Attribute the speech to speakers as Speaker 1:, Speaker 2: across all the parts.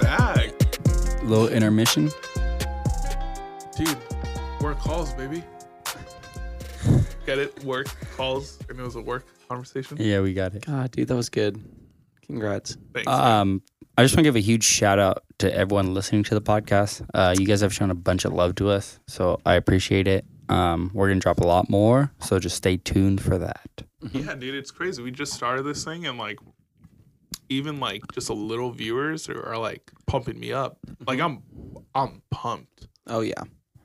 Speaker 1: back.
Speaker 2: Little intermission.
Speaker 1: Dude, work calls, baby. Get it? Work calls. And it was a work conversation.
Speaker 2: Yeah, we got it.
Speaker 3: God, Ah, dude, that was good. Congrats.
Speaker 1: Thanks.
Speaker 2: Um, I just want to give a huge shout out to everyone listening to the podcast. Uh, you guys have shown a bunch of love to us, so I appreciate it. Um, we're gonna drop a lot more, so just stay tuned for that.
Speaker 1: yeah, dude, it's crazy. We just started this thing and like even like just a little viewers are, are like pumping me up. Like I'm I'm pumped.
Speaker 3: Oh yeah.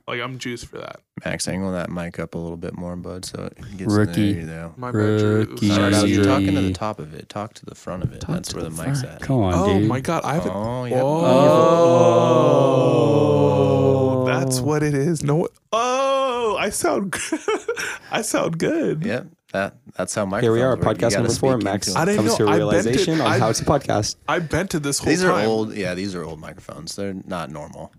Speaker 1: Like I'm juiced for that.
Speaker 4: Max, angle that mic up a little bit more, bud, so it gets in
Speaker 2: Rookie.
Speaker 4: There you go.
Speaker 1: My bad, Drew.
Speaker 2: Rookie.
Speaker 1: Sorry,
Speaker 4: Sorry, so
Speaker 1: dude.
Speaker 4: you're
Speaker 2: Rookie.
Speaker 4: talking to the top of it. Talk to the front of it.
Speaker 3: Talk
Speaker 4: That's
Speaker 3: to
Speaker 4: where the,
Speaker 3: the
Speaker 4: mic's
Speaker 3: front.
Speaker 4: at.
Speaker 2: Come on,
Speaker 1: Oh
Speaker 2: dude.
Speaker 1: my god, I haven't
Speaker 4: Oh, yeah.
Speaker 1: Oh, that's what it is. No, oh, I sound, good. I sound good.
Speaker 4: Yep. That, that's how microphones
Speaker 3: Here we are,
Speaker 4: work. You
Speaker 3: podcast
Speaker 4: gotta
Speaker 3: number four.
Speaker 4: speak
Speaker 3: Max
Speaker 4: into 'em.
Speaker 1: I didn't
Speaker 3: comes
Speaker 1: know-
Speaker 3: to a
Speaker 1: I bent it.
Speaker 3: realization on
Speaker 1: I-
Speaker 3: how to podcast.
Speaker 1: I bent to this whole
Speaker 4: These are
Speaker 1: time.
Speaker 4: old. Yeah, these are old microphones. They're not normal.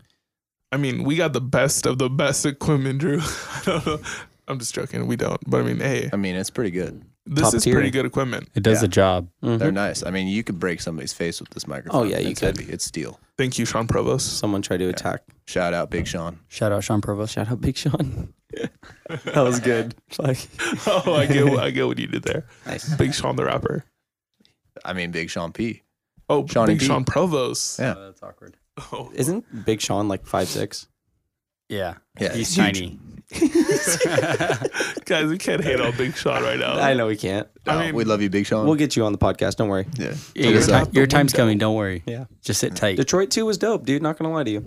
Speaker 1: I mean, we got the best of the best equipment, Drew. I don't know. I'm just joking. We don't, but I mean, hey,
Speaker 4: I mean, it's pretty
Speaker 3: Mm-hmm.
Speaker 4: good.
Speaker 1: this
Speaker 3: Top
Speaker 1: is
Speaker 3: tier.
Speaker 1: pretty good equipment.
Speaker 2: It does the job.
Speaker 3: Mm-hmm.
Speaker 4: They're nice. I mean, you could break somebody's face with this microphone.
Speaker 3: Oh, yeah, you
Speaker 4: it's
Speaker 3: could.
Speaker 4: Heavy. It's steel.
Speaker 1: Thank you, Sean Provost.
Speaker 3: Someone tried to attack.
Speaker 4: Shout out, Big Sean.
Speaker 2: Shout out Sean Provost.
Speaker 3: Shout out Big Sean. that was good. Like
Speaker 1: oh, I get, what- I get what you did there.
Speaker 3: nice.
Speaker 1: Big Sean the rapper.
Speaker 4: I mean, Big Sean P.
Speaker 1: Oh,
Speaker 4: Shawnee
Speaker 1: Big
Speaker 4: B.
Speaker 1: Sean Provost.
Speaker 4: Yeah.
Speaker 2: that's awkward.
Speaker 1: Oh,
Speaker 3: Isn't Big Sean like five six?
Speaker 2: Yeah,
Speaker 4: Yeah,
Speaker 2: he's
Speaker 4: he's
Speaker 2: tiny.
Speaker 1: guys, we can't hate on Big Sean right now.
Speaker 3: I know we can't.
Speaker 1: I
Speaker 4: No,
Speaker 1: mean-
Speaker 4: we love you, Big Sean.
Speaker 3: We'll get you on the podcast. Don't worry.
Speaker 4: yeah.
Speaker 2: Yeah,
Speaker 4: Check
Speaker 2: your,
Speaker 4: us
Speaker 2: ti-
Speaker 4: out.
Speaker 1: out the
Speaker 2: your time's
Speaker 1: window.
Speaker 2: coming. Don't worry.
Speaker 3: Yeah.
Speaker 2: Just sit tight.
Speaker 3: Detroit two was dope, dude. Not gonna lie to you.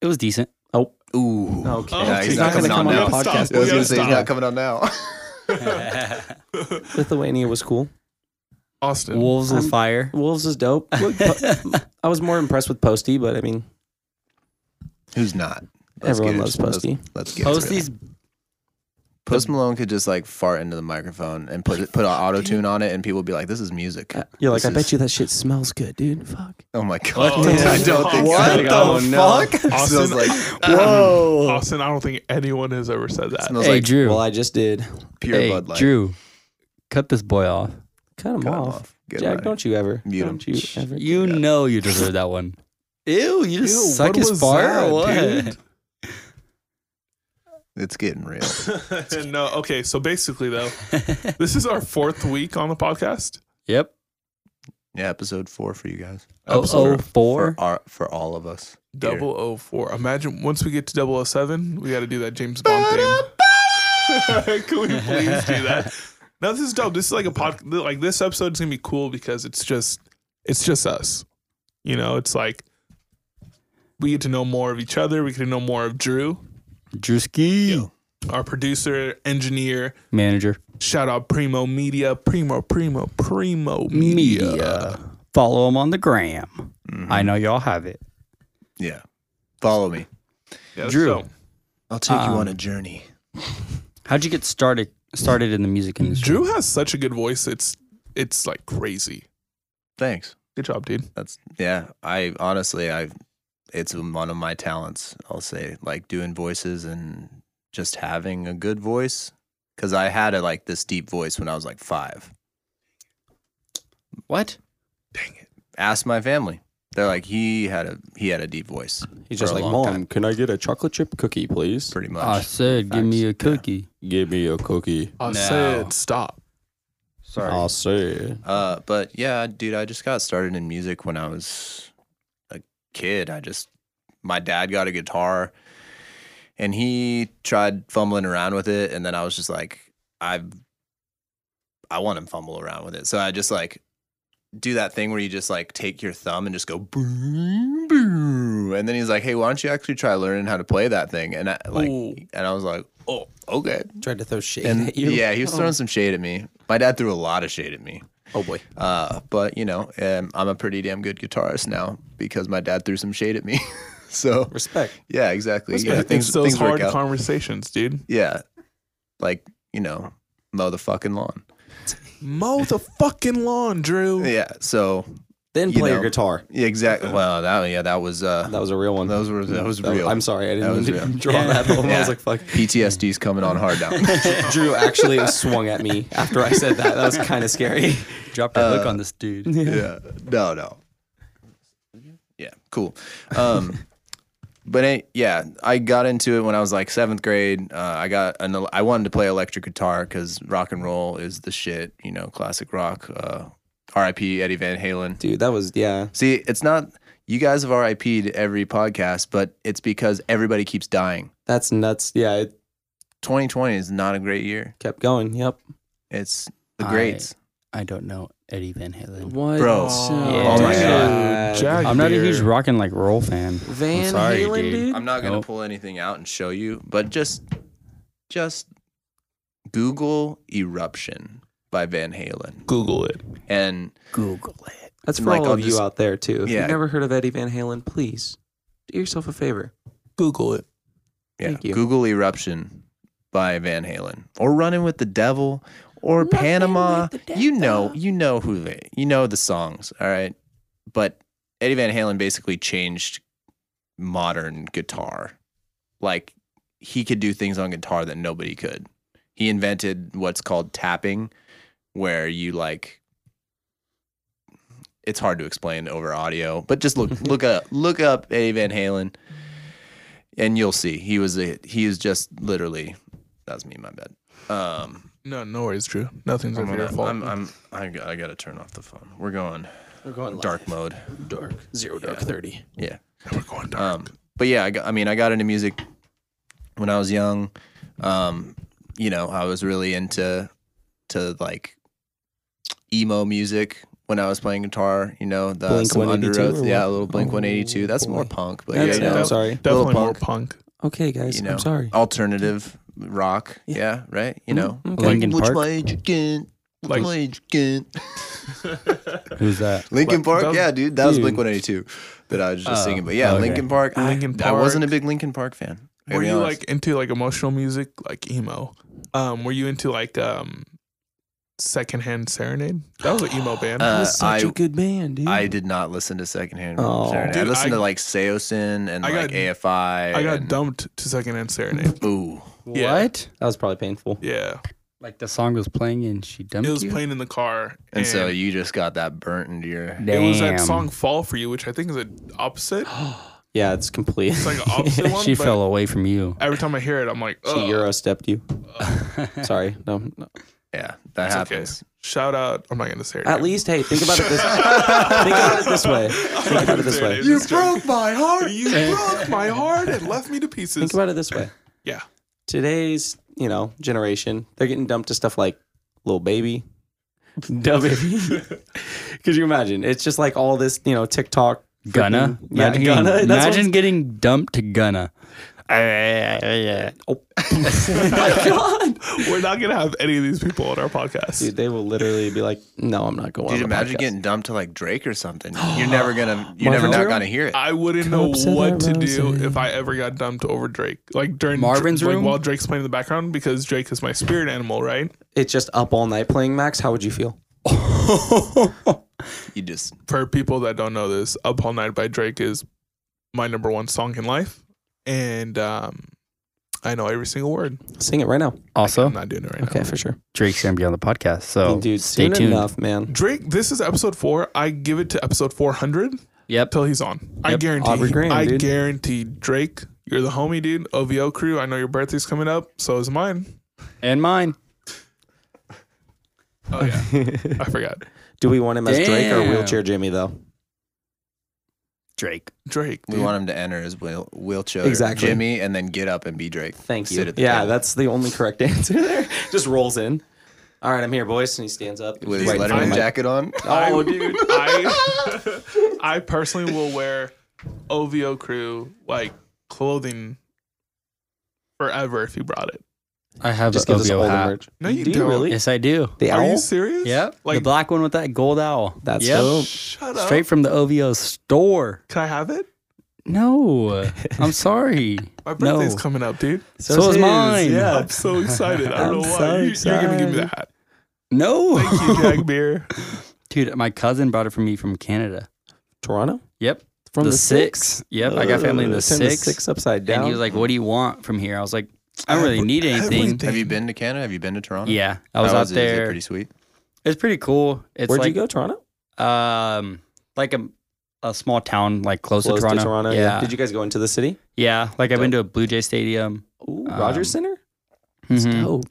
Speaker 2: It was decent.
Speaker 3: Oh,
Speaker 4: Ooh.
Speaker 3: okay.
Speaker 1: Oh,
Speaker 4: Yeah, he's
Speaker 1: okay.
Speaker 4: not coming on now.
Speaker 1: the podcast.
Speaker 4: I was
Speaker 1: We gotta
Speaker 4: gonna say he's
Speaker 1: stop.
Speaker 4: not coming on now.
Speaker 3: Lithuania was cool.
Speaker 1: Austin.
Speaker 2: Wolves on
Speaker 3: I'm-
Speaker 2: fire.
Speaker 3: Wolves is dope. Look, po- I was more impressed with Posty, but I mean,
Speaker 4: Who's not?
Speaker 3: Everyone
Speaker 4: get it.
Speaker 3: loves
Speaker 4: Let's-
Speaker 3: Posty.
Speaker 4: Let's get Posty.
Speaker 2: Posty's
Speaker 4: Post Malone could just like fart into the microphone and put it, put an auto tune on it, and people would be like, "This is music."
Speaker 3: you're like,
Speaker 4: This
Speaker 3: I
Speaker 4: is-
Speaker 3: bet you that shit smells good, dude. Fuck.
Speaker 4: Oh my god!
Speaker 1: Oh,
Speaker 4: I don't think.
Speaker 1: What
Speaker 4: so.
Speaker 1: the
Speaker 4: Oh, no.
Speaker 2: fuck?
Speaker 4: It smells
Speaker 1: Austin-
Speaker 4: like
Speaker 2: whoa.
Speaker 1: Austin, I don't think anyone has ever said that.
Speaker 4: smells
Speaker 2: Hey
Speaker 4: like
Speaker 2: Drew.
Speaker 3: Well, I just did.
Speaker 4: pure
Speaker 2: hey
Speaker 4: Bud Light.
Speaker 2: Drew. Cut this boy off.
Speaker 3: Cut him
Speaker 4: Cut 'em
Speaker 3: off.
Speaker 4: off. Get
Speaker 3: Jack,
Speaker 4: right.
Speaker 3: don't you ever.
Speaker 4: Mute
Speaker 3: don't you ever.
Speaker 2: You know you deserve that one. Ew, you just
Speaker 1: Ew,
Speaker 2: suck
Speaker 1: what
Speaker 2: his
Speaker 1: was
Speaker 2: fart or
Speaker 1: that,
Speaker 2: what?
Speaker 1: dude?
Speaker 4: It's getting real.
Speaker 1: no, okay. So basically, though, this is our fourth week on the podcast.
Speaker 2: Yep.
Speaker 4: Yeah, episode four for you guys.
Speaker 2: Oh,
Speaker 4: Episode
Speaker 2: oh, four?
Speaker 4: for our, for all of us. here.
Speaker 1: Double O four. Imagine once we get to double O seven, we got to do that James Bond thing. Can we please do that? No, this is dope. This is like a pod. Like this episode is gonna be cool because it's just it's just us. You know, it's like we get to know more of each other. We get to know more of Drew,
Speaker 2: Drewski.
Speaker 1: our producer, engineer.
Speaker 2: Manager.
Speaker 1: Shout out Primo Media, Primo, Primo, Primo
Speaker 2: Media.
Speaker 1: Media.
Speaker 2: Follow him on the gram.
Speaker 1: Mm-hmm.
Speaker 2: I know y'all have it.
Speaker 4: Yeah. Follow me.
Speaker 1: Yeah,
Speaker 2: Drew.
Speaker 1: so-
Speaker 4: I'll take
Speaker 3: Um,
Speaker 4: you on a journey.
Speaker 2: How'd you get started started in the music industry?
Speaker 1: Drew has such a good voice. It's it's like crazy.
Speaker 4: Thanks.
Speaker 1: Good job, dude.
Speaker 4: That's yeah. I honestly, I it's one of my talents. I'll say like doing voices and just having a good voice because I had a like this deep voice when I was like five.
Speaker 2: What?
Speaker 1: Dang it.
Speaker 4: Ask my family. They're like he had a he had a deep voice.
Speaker 3: He's
Speaker 4: for
Speaker 3: just
Speaker 4: a
Speaker 3: like,
Speaker 4: long
Speaker 3: Mom,
Speaker 4: time,
Speaker 3: can I get a chocolate chip cookie, please?
Speaker 4: pretty much.
Speaker 2: I said, give me a cookie.
Speaker 3: Give me a cookie.
Speaker 1: I
Speaker 2: No.
Speaker 1: said stop.
Speaker 2: Sorry.
Speaker 3: I'll say.
Speaker 4: Uh, but yeah, dude, I just got started in music when I was a kid. I just, my dad got a guitar and he tried fumbling around with it. And then I was just like, I've, I want him to fumble around with it. So I just like do that thing where you just like take your thumb and just go boom, boom. And then he's like, hey, why don't you actually try learning how to play that thing? And I like,
Speaker 1: Ooh.
Speaker 4: and I was like, oh, okay.
Speaker 3: Tried to throw shade
Speaker 4: And
Speaker 3: at you.
Speaker 4: yeah, he was throwing some shade at me. My dad threw a lot of shade at me.
Speaker 3: Oh, boy.
Speaker 4: Uh, but you know, um, I'm a pretty damn good guitarist now because my dad threw some shade at me. so
Speaker 3: Respect.
Speaker 4: yeah, exactly.
Speaker 1: Yeah,
Speaker 4: Yeah,
Speaker 1: it's those hard
Speaker 4: work out.
Speaker 1: conversations, dude.
Speaker 4: yeah, like you know, mow the fucking lawn.
Speaker 1: Mow the fucking lawn, Drew.
Speaker 4: Yeah. So
Speaker 3: Then
Speaker 4: You
Speaker 3: play
Speaker 4: know.
Speaker 3: your guitar.
Speaker 4: yeah, exactly. Well, that yeah, that was uh,
Speaker 3: That was a real one.
Speaker 4: those were that was
Speaker 3: That-
Speaker 4: real.
Speaker 3: I'm sorry. I
Speaker 4: That
Speaker 3: didn't
Speaker 4: was
Speaker 3: mean to
Speaker 4: real.
Speaker 3: draw that home. I
Speaker 4: Yeah.
Speaker 3: was like, fuck.
Speaker 4: PTSD's coming on hard now.
Speaker 3: Drew actually swung at me after I said that. That was kind of scary.
Speaker 2: Uh, Dropped a hook on this dude.
Speaker 4: yeah. No, no. Yeah, cool. Um, but it, yeah, I got into it when I was like seventh grade. Uh, I got an, el- I wanted to play electric guitar because rock and roll is the shit. You know, classic rock. Uh, R.I.P. Eddie Van Halen.
Speaker 3: Dude, that was yeah.
Speaker 4: See, it's not you guys have RIP'd every podcast, but it's because everybody keeps dying.
Speaker 3: That's nuts. Yeah, it
Speaker 4: 2020 is not a great year.
Speaker 3: kept going. Yep.
Speaker 4: It's the
Speaker 2: I-
Speaker 4: greats.
Speaker 2: I don't know Eddie Van Halen.
Speaker 5: What?
Speaker 4: Bro.
Speaker 2: Oh my
Speaker 3: God.
Speaker 1: Jack
Speaker 2: I'm not a
Speaker 1: Beer.
Speaker 2: huge rock and like roll fan.
Speaker 5: Van
Speaker 2: sorry,
Speaker 5: Halen,
Speaker 2: dude.
Speaker 5: dude.
Speaker 4: I, am not gonna
Speaker 2: Nope.
Speaker 4: pull anything out and show you, but just just Google eruption by Van Halen
Speaker 1: Google it.
Speaker 4: and
Speaker 2: Google it.
Speaker 3: That's for
Speaker 4: Like,
Speaker 3: all
Speaker 4: I'll
Speaker 3: of you
Speaker 4: just-
Speaker 3: out there too. If
Speaker 4: Yeah.
Speaker 3: you've never heard of Eddie Van Halen, please do yourself a favor.
Speaker 1: Google it.
Speaker 4: yeah,
Speaker 3: Thank you.
Speaker 4: Google eruption by Van Halen or Running with the Devil or Panama. You know, you know who they, you know the songs, all right. But Eddie Van Halen basically changed modern guitar. Like he could do things on guitar that nobody could. He invented what's called tapping, where you like. It's hard to explain over audio, but just look look up look up Eddie Van Halen, and you'll see he was a he is just literally that was me my bad. Um,
Speaker 1: No, no worries, Drew. Nothing's
Speaker 4: I'm
Speaker 1: ever your
Speaker 4: gonna,
Speaker 1: fault.
Speaker 4: I'm, I'm, I, got, I gotta turn off the phone. We're going
Speaker 3: We're going
Speaker 4: dark mode.
Speaker 3: dark. Zero dark thirty.
Speaker 4: Yeah.
Speaker 1: We're going dark.
Speaker 4: Um, but yeah, I, got, I mean, I got into music when I was young. Um, you know, I was really into to like emo music when I was playing guitar. You know, the
Speaker 3: Blink
Speaker 4: some
Speaker 3: 182 or
Speaker 4: Underoath,
Speaker 3: what?
Speaker 4: yeah, a little Blink
Speaker 3: Oh,
Speaker 4: 182. That's more
Speaker 3: boy.
Speaker 4: punk, but
Speaker 3: That's,
Speaker 4: yeah, you know,
Speaker 3: I'm sorry.
Speaker 1: Definitely
Speaker 4: Little
Speaker 1: more punk.
Speaker 3: Okay, guys.
Speaker 4: You know,
Speaker 3: I'm sorry.
Speaker 4: alternative rock. Yeah,
Speaker 3: Yeah.
Speaker 4: right. You know,
Speaker 3: Mhm, okay.
Speaker 2: Lincoln
Speaker 4: Which
Speaker 2: Park.
Speaker 4: my age again? Which
Speaker 1: Like-
Speaker 4: my age again?
Speaker 2: Who's that?
Speaker 4: Lincoln Park,
Speaker 1: that-
Speaker 4: yeah, dude, that was
Speaker 3: dude.
Speaker 4: Blink 182 that I was just
Speaker 2: Oh,
Speaker 4: singing. But yeah,
Speaker 2: okay.
Speaker 4: Lincoln Park. I,
Speaker 1: Linkin
Speaker 4: I wasn't a
Speaker 1: Park.
Speaker 4: big Lincoln Park fan. I gotta
Speaker 1: Were
Speaker 4: be
Speaker 1: you
Speaker 4: honest.
Speaker 1: like into like emotional music, like emo? Um, were you into like um, secondhand serenade? That was an emo band.
Speaker 4: Uh,
Speaker 3: That's such
Speaker 4: I-
Speaker 3: a good band, dude.
Speaker 4: I did not listen to secondhand.
Speaker 3: Oh.
Speaker 4: Serenade. I
Speaker 1: Dude,
Speaker 4: listened
Speaker 1: I-
Speaker 4: to like Seosin and
Speaker 1: I got-
Speaker 4: like AFI.
Speaker 1: I got
Speaker 4: and,
Speaker 1: dumped to secondhand serenade.
Speaker 4: Ooh,
Speaker 1: Yeah.
Speaker 2: What?
Speaker 3: that was probably painful.
Speaker 1: Yeah,
Speaker 2: Like the song was playing and she dumped
Speaker 1: it was
Speaker 2: you?
Speaker 1: playing in the car,
Speaker 4: and, so you just got that burnt into your.
Speaker 1: it was that
Speaker 2: Damn.
Speaker 1: song "Fall for You," which I think is an opposite.
Speaker 3: Yeah, it's complete.
Speaker 1: It's like an opposite one.
Speaker 2: She
Speaker 1: but
Speaker 2: fell away from you.
Speaker 1: Every time I hear it, I'm like,
Speaker 3: She
Speaker 1: oh.
Speaker 3: euro stepped you. Sorry. No, no.
Speaker 4: Yeah, that
Speaker 1: It's okay.
Speaker 4: happens.
Speaker 1: Shout out. I'm not gonna say it.
Speaker 3: At
Speaker 1: dude.
Speaker 3: least, hey, think about it this. think about it this way. Think about it this way.
Speaker 1: You broke my heart. You broke my heart and left me to pieces.
Speaker 3: Think about it this way.
Speaker 1: yeah.
Speaker 3: Today's, you know, generation, they're getting dumped to stuff like little baby, dumb baby. Could you imagine? It's just like all this, you know, TikTok.
Speaker 2: Gunna?
Speaker 3: freaking- yeah,
Speaker 2: Imagine
Speaker 3: Gunna.
Speaker 2: Getting,
Speaker 3: That's what
Speaker 2: imagine getting dumped to Gunna.
Speaker 3: Oh my god,
Speaker 1: We're not gonna have any of these people on our podcast.
Speaker 3: dude! They will literally be like, "No, I'm not going."
Speaker 4: Dude,
Speaker 3: on the
Speaker 4: imagine
Speaker 3: podcast."
Speaker 4: getting dumped to like Drake or something. You're never gonna. You're never
Speaker 3: Marvin
Speaker 4: not
Speaker 3: Gaye?
Speaker 4: gonna hear it.
Speaker 1: I wouldn't know
Speaker 3: Cups of
Speaker 1: what to do
Speaker 3: roses.
Speaker 1: if I ever got dumped over Drake. Like during
Speaker 2: Marvin's
Speaker 1: like,
Speaker 2: room?
Speaker 1: while Drake's playing in the background because Drake is my spirit animal, right?
Speaker 3: It's just up all night playing Max. How would you feel?
Speaker 4: You just.
Speaker 1: For people that don't know this, Up All Night by Drake is my number one song in life. And um I know every single word.
Speaker 3: Sing it right now.
Speaker 1: I'm
Speaker 2: Also,
Speaker 1: not doing it right
Speaker 3: Okay,
Speaker 1: now.
Speaker 3: for sure.
Speaker 2: Drake's going to be on the podcast. So
Speaker 3: dude,
Speaker 2: Oh. stay
Speaker 3: soon
Speaker 2: tuned.
Speaker 3: enough, man.
Speaker 1: Drake, this is episode four. I give it to episode four hundred
Speaker 2: Yep.
Speaker 1: till he's on. I
Speaker 2: Yep.
Speaker 1: guarantee.
Speaker 3: Aubrey Graham,
Speaker 1: I
Speaker 3: dude.
Speaker 1: guarantee Drake, you're the homie, dude. OVO crew. I know your birthday's coming up. So is mine.
Speaker 2: And mine.
Speaker 1: Oh yeah, I forgot.
Speaker 3: Do we want him as Drake or
Speaker 2: Damn.
Speaker 3: wheelchair Jimmy though?
Speaker 2: Drake.
Speaker 1: Drake.
Speaker 4: We
Speaker 1: dude.
Speaker 4: want him to enter as Will wheelchair
Speaker 3: Exactly.
Speaker 4: Jimmy, and then get up and be Drake.
Speaker 3: Thank
Speaker 4: Sit
Speaker 3: you.
Speaker 4: at the
Speaker 3: Yeah,
Speaker 4: table.
Speaker 3: that's the only correct answer there. Just rolls in. All right, I'm here, boys. And he stands up.
Speaker 4: with his
Speaker 1: Dude,
Speaker 3: in front
Speaker 4: Letterman
Speaker 3: of
Speaker 1: I-
Speaker 3: my-
Speaker 4: jacket on.
Speaker 1: I, dude, I, I personally will wear OVO crew like clothing forever if you brought it.
Speaker 2: I have
Speaker 3: Just
Speaker 2: a
Speaker 3: give us
Speaker 2: OVO
Speaker 3: all the
Speaker 2: hat.
Speaker 3: merch.
Speaker 1: No, you
Speaker 3: Do
Speaker 1: don't.
Speaker 3: really?
Speaker 2: Yes, I do.
Speaker 3: The
Speaker 1: Are you
Speaker 3: owl?
Speaker 1: serious?
Speaker 2: Yep. the
Speaker 1: Like
Speaker 2: black one with that gold owl.
Speaker 3: That's
Speaker 2: Yep.
Speaker 3: dope.
Speaker 1: shut up.
Speaker 2: Straight from the OVO store.
Speaker 1: Can I have it?
Speaker 2: No, I'm sorry.
Speaker 1: My
Speaker 2: No.
Speaker 1: birthday's coming up, dude.
Speaker 2: So, is mine.
Speaker 3: Yeah.
Speaker 1: I'm so excited. I don't
Speaker 3: I'm
Speaker 1: know why.
Speaker 3: so
Speaker 1: you, you're gonna give me the hat.
Speaker 2: No.
Speaker 1: Thank you, Jag Beer.
Speaker 2: Dude, my cousin brought it for me from Canada.
Speaker 3: Toronto?
Speaker 2: Yep.
Speaker 3: From
Speaker 2: the, six. Yep. I got family in
Speaker 3: Uh,
Speaker 2: the
Speaker 3: turned
Speaker 2: six.
Speaker 3: six upside down.
Speaker 2: and he was like, What do you want from here? I was like, I don't really
Speaker 1: Every-
Speaker 2: need anything.
Speaker 1: everything.
Speaker 4: Have you been to Canada? Have you been to Toronto?
Speaker 2: Yeah. I was
Speaker 4: How
Speaker 2: out
Speaker 4: is it? Is it
Speaker 2: there.
Speaker 4: pretty sweet.
Speaker 2: it's pretty cool. It's
Speaker 3: Where'd
Speaker 2: like
Speaker 3: you go, Toronto?
Speaker 2: um like a a small town like close,
Speaker 3: Close
Speaker 2: to Toronto. Yeah.
Speaker 3: Did you guys go into the city?
Speaker 2: yeah. Like I've been to a Blue Jay Stadium.
Speaker 3: Ooh,
Speaker 2: Um,
Speaker 3: Rogers Center.
Speaker 2: Mhm.
Speaker 3: Dope.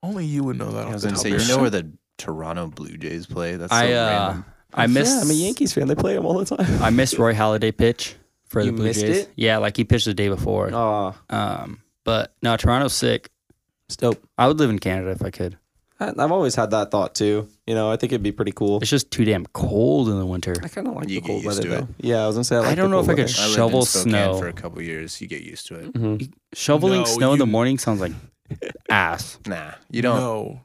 Speaker 1: Only you would know that.
Speaker 4: I
Speaker 1: off
Speaker 4: was
Speaker 1: the
Speaker 4: gonna
Speaker 1: top
Speaker 4: say,
Speaker 1: of your
Speaker 4: you
Speaker 1: head.
Speaker 4: know where the Toronto Blue Jays play? That's so
Speaker 2: I uh,
Speaker 4: random.
Speaker 2: I missed.
Speaker 3: Yeah, I'm a Yankees fan. They play them all the time.
Speaker 2: I missed Roy Halladay pitch for
Speaker 3: You
Speaker 2: the Blue
Speaker 3: missed
Speaker 2: Jays.
Speaker 3: it?
Speaker 2: Yeah, like he pitched the day before.
Speaker 3: Aw,
Speaker 2: Um, but no, Toronto's sick.
Speaker 3: it's dope.
Speaker 2: I would live in Canada if I could.
Speaker 3: I, I've always had that thought too. You know, I think it'd be pretty cool.
Speaker 2: It's just too damn cold in the winter.
Speaker 3: I kind of like
Speaker 4: You
Speaker 3: the
Speaker 4: get
Speaker 3: cold
Speaker 4: used
Speaker 3: weather
Speaker 4: to it.
Speaker 3: though. Yeah, I was gonna say. I, like
Speaker 2: I don't
Speaker 3: the
Speaker 2: know if I
Speaker 3: cold
Speaker 2: could
Speaker 3: weather.
Speaker 4: I lived
Speaker 2: shovel
Speaker 4: in Spokane
Speaker 2: snow.
Speaker 4: for a couple years. You get used to it.
Speaker 3: Mhm.
Speaker 2: Shoveling
Speaker 1: No,
Speaker 2: snow in the
Speaker 1: you-
Speaker 2: morning sounds like ass.
Speaker 4: Nah, you don't.
Speaker 1: No,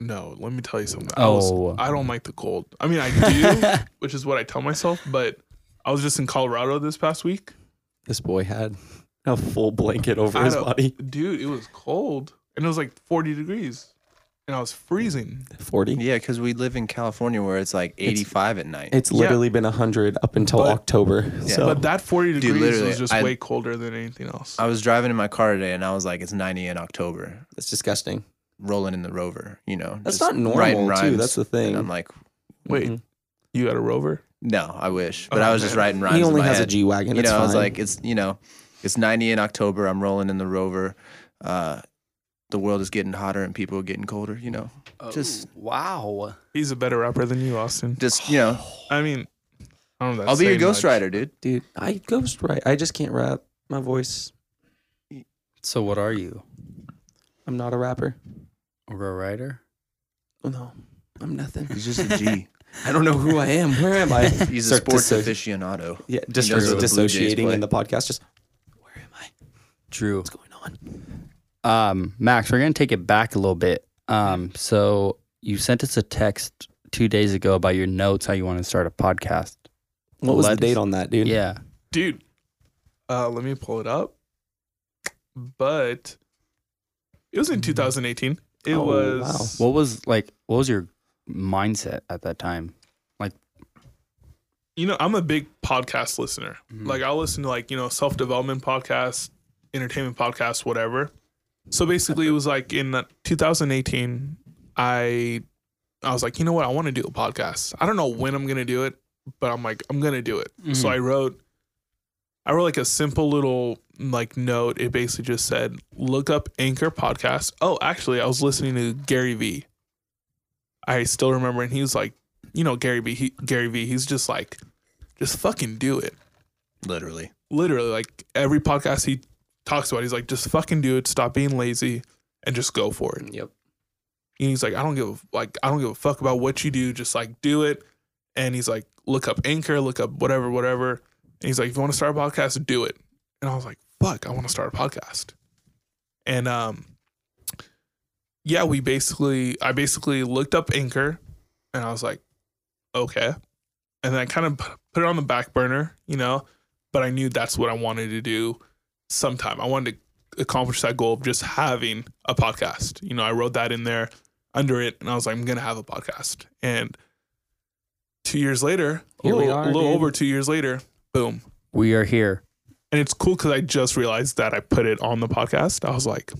Speaker 1: no. Let me tell you something.
Speaker 2: Oh.
Speaker 1: I, was, I don't like the cold. I mean, I do, which is what I tell myself. But I was just in Colorado this past week,
Speaker 3: This boy had a full blanket over
Speaker 1: I
Speaker 3: his
Speaker 1: don't-
Speaker 3: body.
Speaker 1: dude. It was cold, and it was like 40 degrees, and I was freezing.
Speaker 3: Forty.
Speaker 4: Yeah, because we live in California where it's like 85 at night.
Speaker 3: It's
Speaker 1: Yeah.
Speaker 3: literally been 100 up until
Speaker 1: But-
Speaker 3: October.
Speaker 2: Oh.
Speaker 3: so
Speaker 1: But that 40
Speaker 4: Dude,
Speaker 1: degrees
Speaker 4: literally,
Speaker 1: was just
Speaker 4: I- Uh,
Speaker 1: way colder than anything else.
Speaker 4: I was driving in my car today and I was like, it's 90 in October,
Speaker 3: that's disgusting.
Speaker 4: rolling in the rover, you know.
Speaker 3: That's
Speaker 4: just
Speaker 3: not normal,
Speaker 4: writing
Speaker 3: too,
Speaker 4: rhymes.
Speaker 3: that's the
Speaker 4: And
Speaker 3: thing.
Speaker 4: I'm like,
Speaker 1: Wait,
Speaker 3: Mhm.
Speaker 1: you got a rover?
Speaker 4: no, I wish. But I was just writing rhymes.
Speaker 3: He
Speaker 4: in
Speaker 3: only
Speaker 4: my
Speaker 3: has a
Speaker 4: head.
Speaker 3: G wagon.
Speaker 4: You
Speaker 3: it's
Speaker 4: know, I was
Speaker 3: fine.
Speaker 4: like, it's, you know, it's 90 in October. I'm rolling in the rover. Uh, the world is getting hotter and people are getting colder, you know. Just,
Speaker 2: wow.
Speaker 1: He's a better rapper than you, Austin.
Speaker 4: just, you know,
Speaker 1: I mean, I don't know. if
Speaker 4: I'll be your
Speaker 1: that's saying
Speaker 4: ghost
Speaker 1: much.
Speaker 4: rider, dude.
Speaker 3: dude, I ghost right. I just can't rap. My voice.
Speaker 2: So what are you?
Speaker 3: I'm not a rapper. Oh,
Speaker 2: A real writer?
Speaker 3: No, I'm nothing.
Speaker 4: He's just a G.
Speaker 3: I don't know who I am. Where am I?
Speaker 4: He's a
Speaker 3: Start
Speaker 4: sports
Speaker 3: disso-
Speaker 4: aficionado.
Speaker 3: Yeah,
Speaker 4: knows
Speaker 3: just
Speaker 4: where the Blue Jays
Speaker 3: dissociating
Speaker 4: play.
Speaker 3: in the podcast. Just where am I?
Speaker 2: True.
Speaker 3: What's going on?
Speaker 2: Um, Max, we're gonna take it back a little bit. Um, so you sent us a text two days ago about your notes, how you want to start a podcast.
Speaker 3: What was the
Speaker 2: Let's-
Speaker 3: date on that, dude?
Speaker 2: Yeah.
Speaker 1: dude. Uh, let me pull it up. But it was in 2018. It
Speaker 3: Oh,
Speaker 1: was
Speaker 2: What was like what was your mindset at that time?
Speaker 1: you know I'm a big podcast listener.
Speaker 2: Mm-hmm.
Speaker 1: Mm-hmm. Like I'll listen to like you know self development podcasts, entertainment podcasts, whatever. So basically, it was like in that 2018, I I was like, you know what, I want to do a podcast. I don't know when I'm gonna do it, but I'm like, I'm gonna do it. So I wrote, I wrote like a simple little like note. It basically just said, look up Anchor podcast. Oh, actually, I was listening to Gary V. I still remember, and he was like, you know, Gary V. He, Gary V. He's just like, just fucking do it.
Speaker 4: Literally.
Speaker 1: Literally, like every podcast he talks about, he's like, just fucking do it. Stop being lazy and just go for it.
Speaker 3: Yep.
Speaker 1: And he's like, I don't give a, like I don't give a fuck about what you do, just like do it. And he's like, look up Anchor, look up whatever, whatever. And he's like, if you want to start a podcast, do it. And I was like, fuck, I want to start a podcast. And um, yeah, we basically, I basically looked up Anchor, and I was like, okay. And then I kind of put it on the back burner, you know, but I knew that's what I wanted to do sometime. I wanted to accomplish that goal of just having a podcast. You know, I wrote that in there under it, and I was like, I'm gonna have a podcast. And two years later,
Speaker 3: Here
Speaker 1: a
Speaker 3: we
Speaker 1: little,
Speaker 3: are,
Speaker 1: a little
Speaker 3: dude.
Speaker 1: over two years later, boom.
Speaker 2: We are here.
Speaker 1: And it's cool because I just realized that I put it on the podcast. I was like,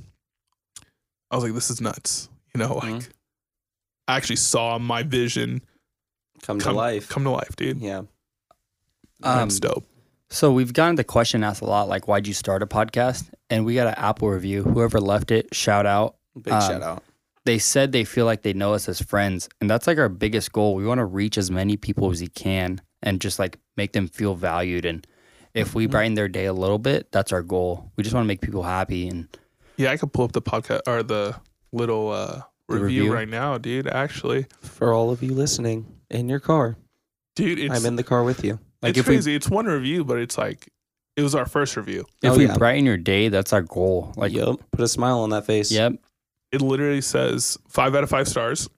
Speaker 1: I was like, this is nuts. You know, like
Speaker 2: Mm-hmm.
Speaker 3: Mhm.
Speaker 1: I actually saw my vision
Speaker 3: Come,
Speaker 1: come
Speaker 3: to life.
Speaker 1: Come to life, dude.
Speaker 3: yeah.
Speaker 2: Um,
Speaker 1: That's dope.
Speaker 2: So we've gotten the question asked a lot, like why'd you start a podcast? And we got an Apple review. Whoever left it, shout out.
Speaker 3: Big
Speaker 2: um,
Speaker 3: shout out.
Speaker 2: They said they feel like they know us as friends, and that's like our biggest goal. We want to reach as many people as we can, and just like make them feel valued. And if
Speaker 3: Mm-hmm.
Speaker 2: we brighten their day a little bit, that's our goal. We just want to make people happy. And
Speaker 1: Yeah, I could pull up the podcast or the little uh,
Speaker 2: The
Speaker 1: review,
Speaker 2: review?
Speaker 1: right now, dude. Actually,
Speaker 3: For all of you listening in your car,
Speaker 1: dude, it's
Speaker 3: I'm in the car with you.
Speaker 2: like
Speaker 1: it's
Speaker 2: if
Speaker 1: crazy. it's one review, but it's like it was our first review.
Speaker 2: we if
Speaker 3: Oh,
Speaker 2: we
Speaker 3: yeah.
Speaker 2: brighten your day, that's our goal. Like
Speaker 3: yep. Put a smile on that face.
Speaker 2: yep.
Speaker 1: It literally says five out of five stars.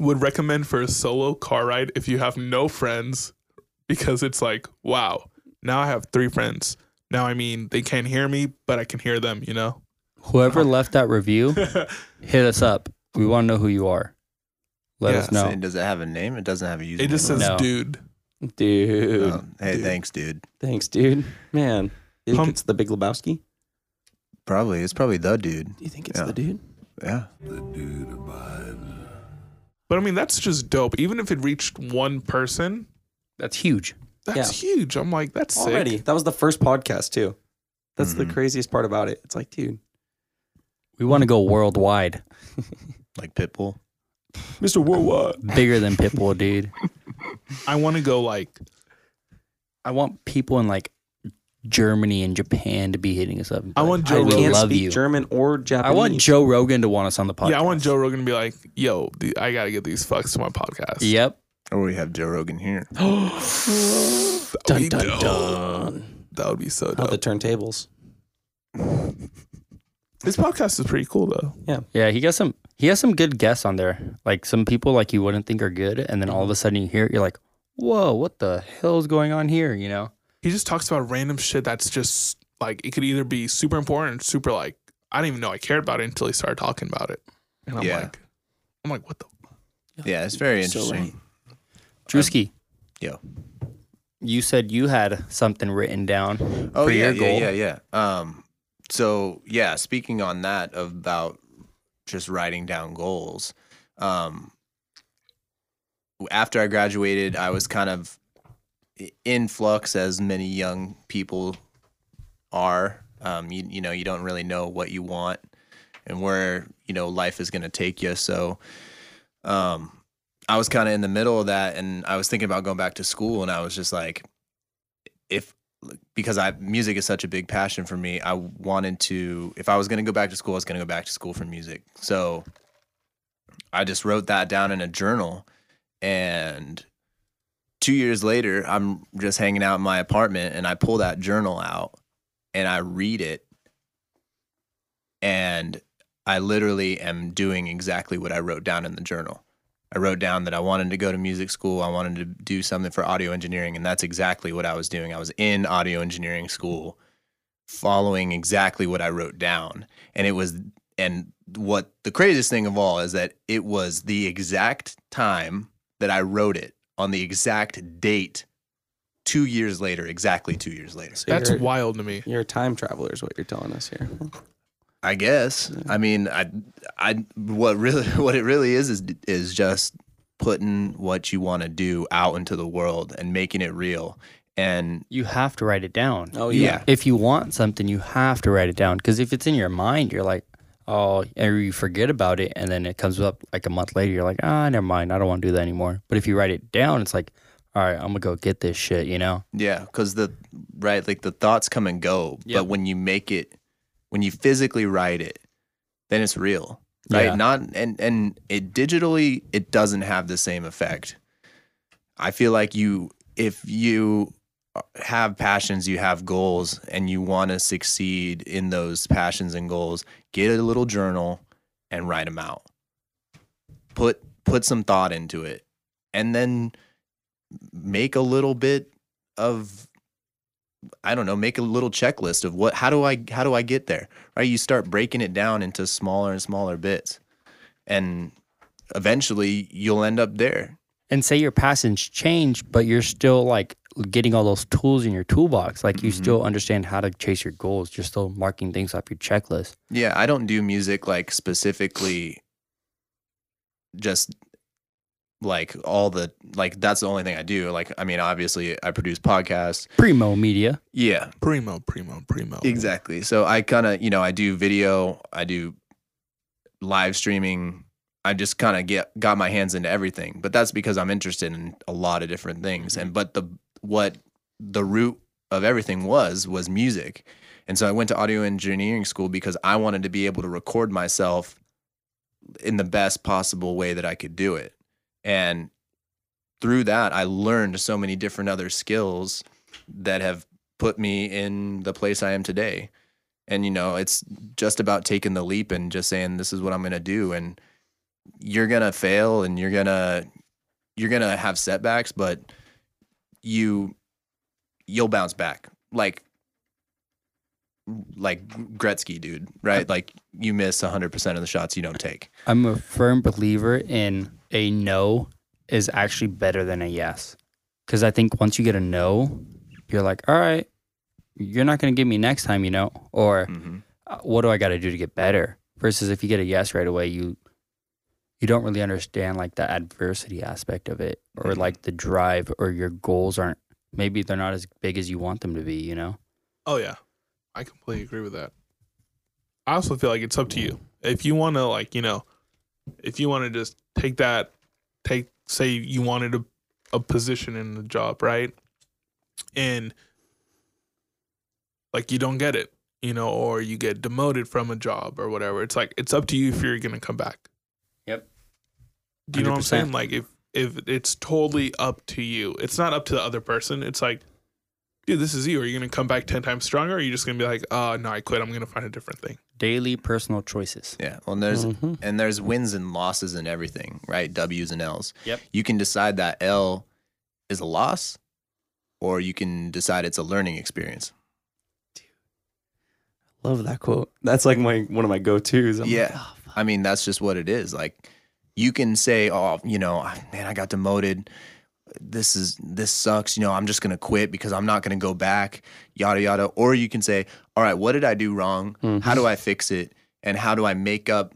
Speaker 1: Would recommend for a solo car ride if you have no friends, because it's like, wow, now I have three friends. Now I mean, they can't hear me, but I can hear them. You know,
Speaker 2: Whoever left that review,
Speaker 1: it
Speaker 2: hit us up. We want to know who you are. Let
Speaker 1: Yeah.
Speaker 2: us know.
Speaker 4: And does it have a name? It doesn't have a username.
Speaker 1: just
Speaker 4: on
Speaker 1: says,
Speaker 4: it.
Speaker 2: No.
Speaker 1: dude.
Speaker 3: Dude.
Speaker 4: Oh, hey,
Speaker 1: dude.
Speaker 4: thanks, dude.
Speaker 3: Thanks, dude. Man. Do you
Speaker 1: Pump-
Speaker 3: think it's the Big Lebowski?
Speaker 4: Probably. It's probably the dude.
Speaker 3: Do you think it's
Speaker 4: Yeah.
Speaker 3: the dude?
Speaker 4: Yeah.
Speaker 1: But I mean, that's just dope. Even if it reached one person,
Speaker 2: That's huge.
Speaker 1: That's huge. I'm like, that's sick.
Speaker 3: already. That was the first podcast too. That's
Speaker 4: Mhm.
Speaker 3: the craziest part about it. It's like, dude,
Speaker 2: We want to go worldwide,
Speaker 4: like Pitbull.
Speaker 3: Mr. Worldwide.
Speaker 2: bigger than Pitbull, dude.
Speaker 1: I want to go like
Speaker 2: I want people in like Germany and Japan to be hitting us up. and be
Speaker 1: I
Speaker 2: like,
Speaker 1: want Joe
Speaker 3: I
Speaker 1: Rogan.
Speaker 3: can't
Speaker 2: love
Speaker 3: speak
Speaker 2: you.
Speaker 3: German or
Speaker 2: I
Speaker 3: Japanese.
Speaker 2: want Joe Rogan to want us on the podcast.
Speaker 1: Yeah, I want Joe Rogan to be like, yo, the, I got to get these fucks to my podcast.
Speaker 2: Yep.
Speaker 4: Or we have Joe Rogan here.
Speaker 1: That would be dope. That would be so
Speaker 3: Out
Speaker 1: dope.
Speaker 3: the turntables.
Speaker 1: this podcast is pretty cool, though.
Speaker 2: Yeah, he got some. He has some good guests on there. Like some people like you wouldn't think are good, and then all of a sudden you hear it, you're like, "Whoa, what the hell's going on here?" You know?
Speaker 1: He just talks about random shit that's just like, it could either be super important or super like, I didn't even know I cared about it until he started talking about it. And I'm
Speaker 4: Yeah.
Speaker 1: like, I'm like, what the?
Speaker 4: Yeah, it's very
Speaker 3: So
Speaker 4: interesting.
Speaker 3: right.
Speaker 2: Drewski.
Speaker 4: yo.
Speaker 2: You said you had something written down.
Speaker 4: Oh
Speaker 2: for
Speaker 4: yeah,
Speaker 2: your
Speaker 4: yeah,
Speaker 2: goal.
Speaker 4: yeah, yeah. Um, so yeah, speaking on that about just writing down goals. Um, after I graduated, I was kind of in flux, as many young people are. Um, you you know, you don't really know what you want and where you know life is going to take you. So, um, I was kind of in the middle of that, and I was thinking about going back to school, and I was just like, if because I music is such a big passion for me. I wanted to if I was going to go back to school, I was going to go back to school for music. So I just wrote that down in a journal and 2 years later, I'm just hanging out in my apartment and I pull that journal out and I read it and I literally am doing exactly what I wrote down in the journal. I wrote down that I wanted to go to music school. I wanted to do something for audio engineering. And that's exactly what I was doing. I was in audio engineering school following exactly what I wrote down. And it was, and what the craziest thing of all is that it was the exact time that I wrote it on the exact date two years later, exactly two years later.
Speaker 3: So
Speaker 1: That's
Speaker 3: you're,
Speaker 1: wild to me.
Speaker 3: you're a time traveler, is what you're telling us here.
Speaker 4: I guess. I mean, I, I, what really, what it really is, is, is just putting what you want to do out into the world and making it real. And
Speaker 2: You have to write it down.
Speaker 3: Oh
Speaker 4: yeah,
Speaker 2: If you want something, you have to write it down because if it's in your mind, you're like, "Oh," and you forget about it, and then it comes up like a month later. You're like, "Ah, never mind. I don't want to do that anymore." But if you write it down, it's like, "All right, I'm gonna go get this shit." You know?
Speaker 4: yeah, because the right, like the thoughts come and go,
Speaker 2: Yeah.
Speaker 4: but when you make it, when you physically write it, then it's real, right?
Speaker 2: Yeah.
Speaker 4: Not and and it digitally, it doesn't have the same effect. I feel like you, if you have passions, you have goals, and you want to succeed in those passions and goals, get a little journal and write them out. Put put some thought into it, and then make a little bit of I don't know, make a little checklist of what how do I how do I get there? Right? You start breaking it down into smaller and smaller bits. And eventually you'll end up there.
Speaker 2: and say your passions change, but you're still like getting all those tools in your toolbox. Like you still understand how to chase your goals. You're still marking things off your checklist.
Speaker 4: Yeah, I don't do music like specifically just like all the like that's the only thing I do. Like I mean, obviously I produce podcasts.
Speaker 2: Primo Media.
Speaker 4: Yeah.
Speaker 1: Primo, primo, primo.
Speaker 4: Exactly. So I kind of, you know, I do video, I do live streaming. I just kind of get got my hands into everything, but that's because I'm interested in a lot of different things. And but the what the root of everything was was music. And so I went to audio engineering school because I wanted to be able to record myself in the best possible way that I could do it. And through that, I learned so many different other skills that have put me in the place I am today. And you know, it's just about taking the leap and just saying this is what I'm going to do and you're going to fail and you're going to you're going to have setbacks, but you you'll bounce back. Like like Gretzky, dude, right? Like you miss 100% of the shots you don't take.
Speaker 2: I'm a firm believer in a no is actually better than a yes. Cause I think once you get a no, you're like, all right, you're not gonna give me next time, you know? Or uh, what do I got to do to get better? Versus if you get a yes right away, you you don't Mm-hmm. really understand like the adversity aspect of it, or like the drive, or your goals aren't maybe they're not as big as you want them to be, you know?
Speaker 1: Oh yeah, I completely agree with that. I also feel like it's up to you if you want to like you know, if you want to just take that, take say you wanted a, a position in the job, right? And like you don't get it, you know, or you get demoted from a job or whatever. It's like it's up to you if you're gonna come back.
Speaker 2: Yep.
Speaker 1: Do you know what I'm
Speaker 2: 100%.
Speaker 1: saying? Like if if it's totally up to you, it's not up to the other person. It's like dude, this is you. Are you going to come back 10 times stronger? Or are you just going to be like, oh, no, I quit. I'm going to find a different thing.
Speaker 2: Daily personal choices.
Speaker 4: Yeah. Well, and there's
Speaker 3: Mhm.
Speaker 4: and there's wins and losses and everything, right? W's and L's.
Speaker 2: Yep.
Speaker 4: You can decide that L is a loss, or you can decide it's a learning experience.
Speaker 3: Love that quote. That's like my one of my go tos.
Speaker 4: Yeah.
Speaker 3: oh,
Speaker 4: I mean, that's just what it is. Like, you can say, "Oh, you know, man, I got demoted. This is this sucks. You know, I'm just gonna quit because I'm not gonna go back. Yada yada." Or you can say, "All right, what did I do wrong? How do I fix it? And how do I make up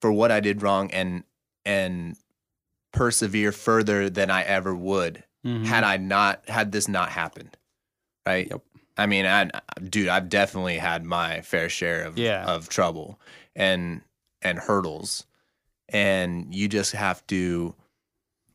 Speaker 4: for what I did wrong and and persevere further than I ever would
Speaker 2: Mm-hmm.
Speaker 4: had I not had this not happened, right?
Speaker 3: Yep.
Speaker 4: I mean, I dude, I've definitely had my fair share of
Speaker 2: Yeah.
Speaker 4: of trouble and and hurdles, and you just have to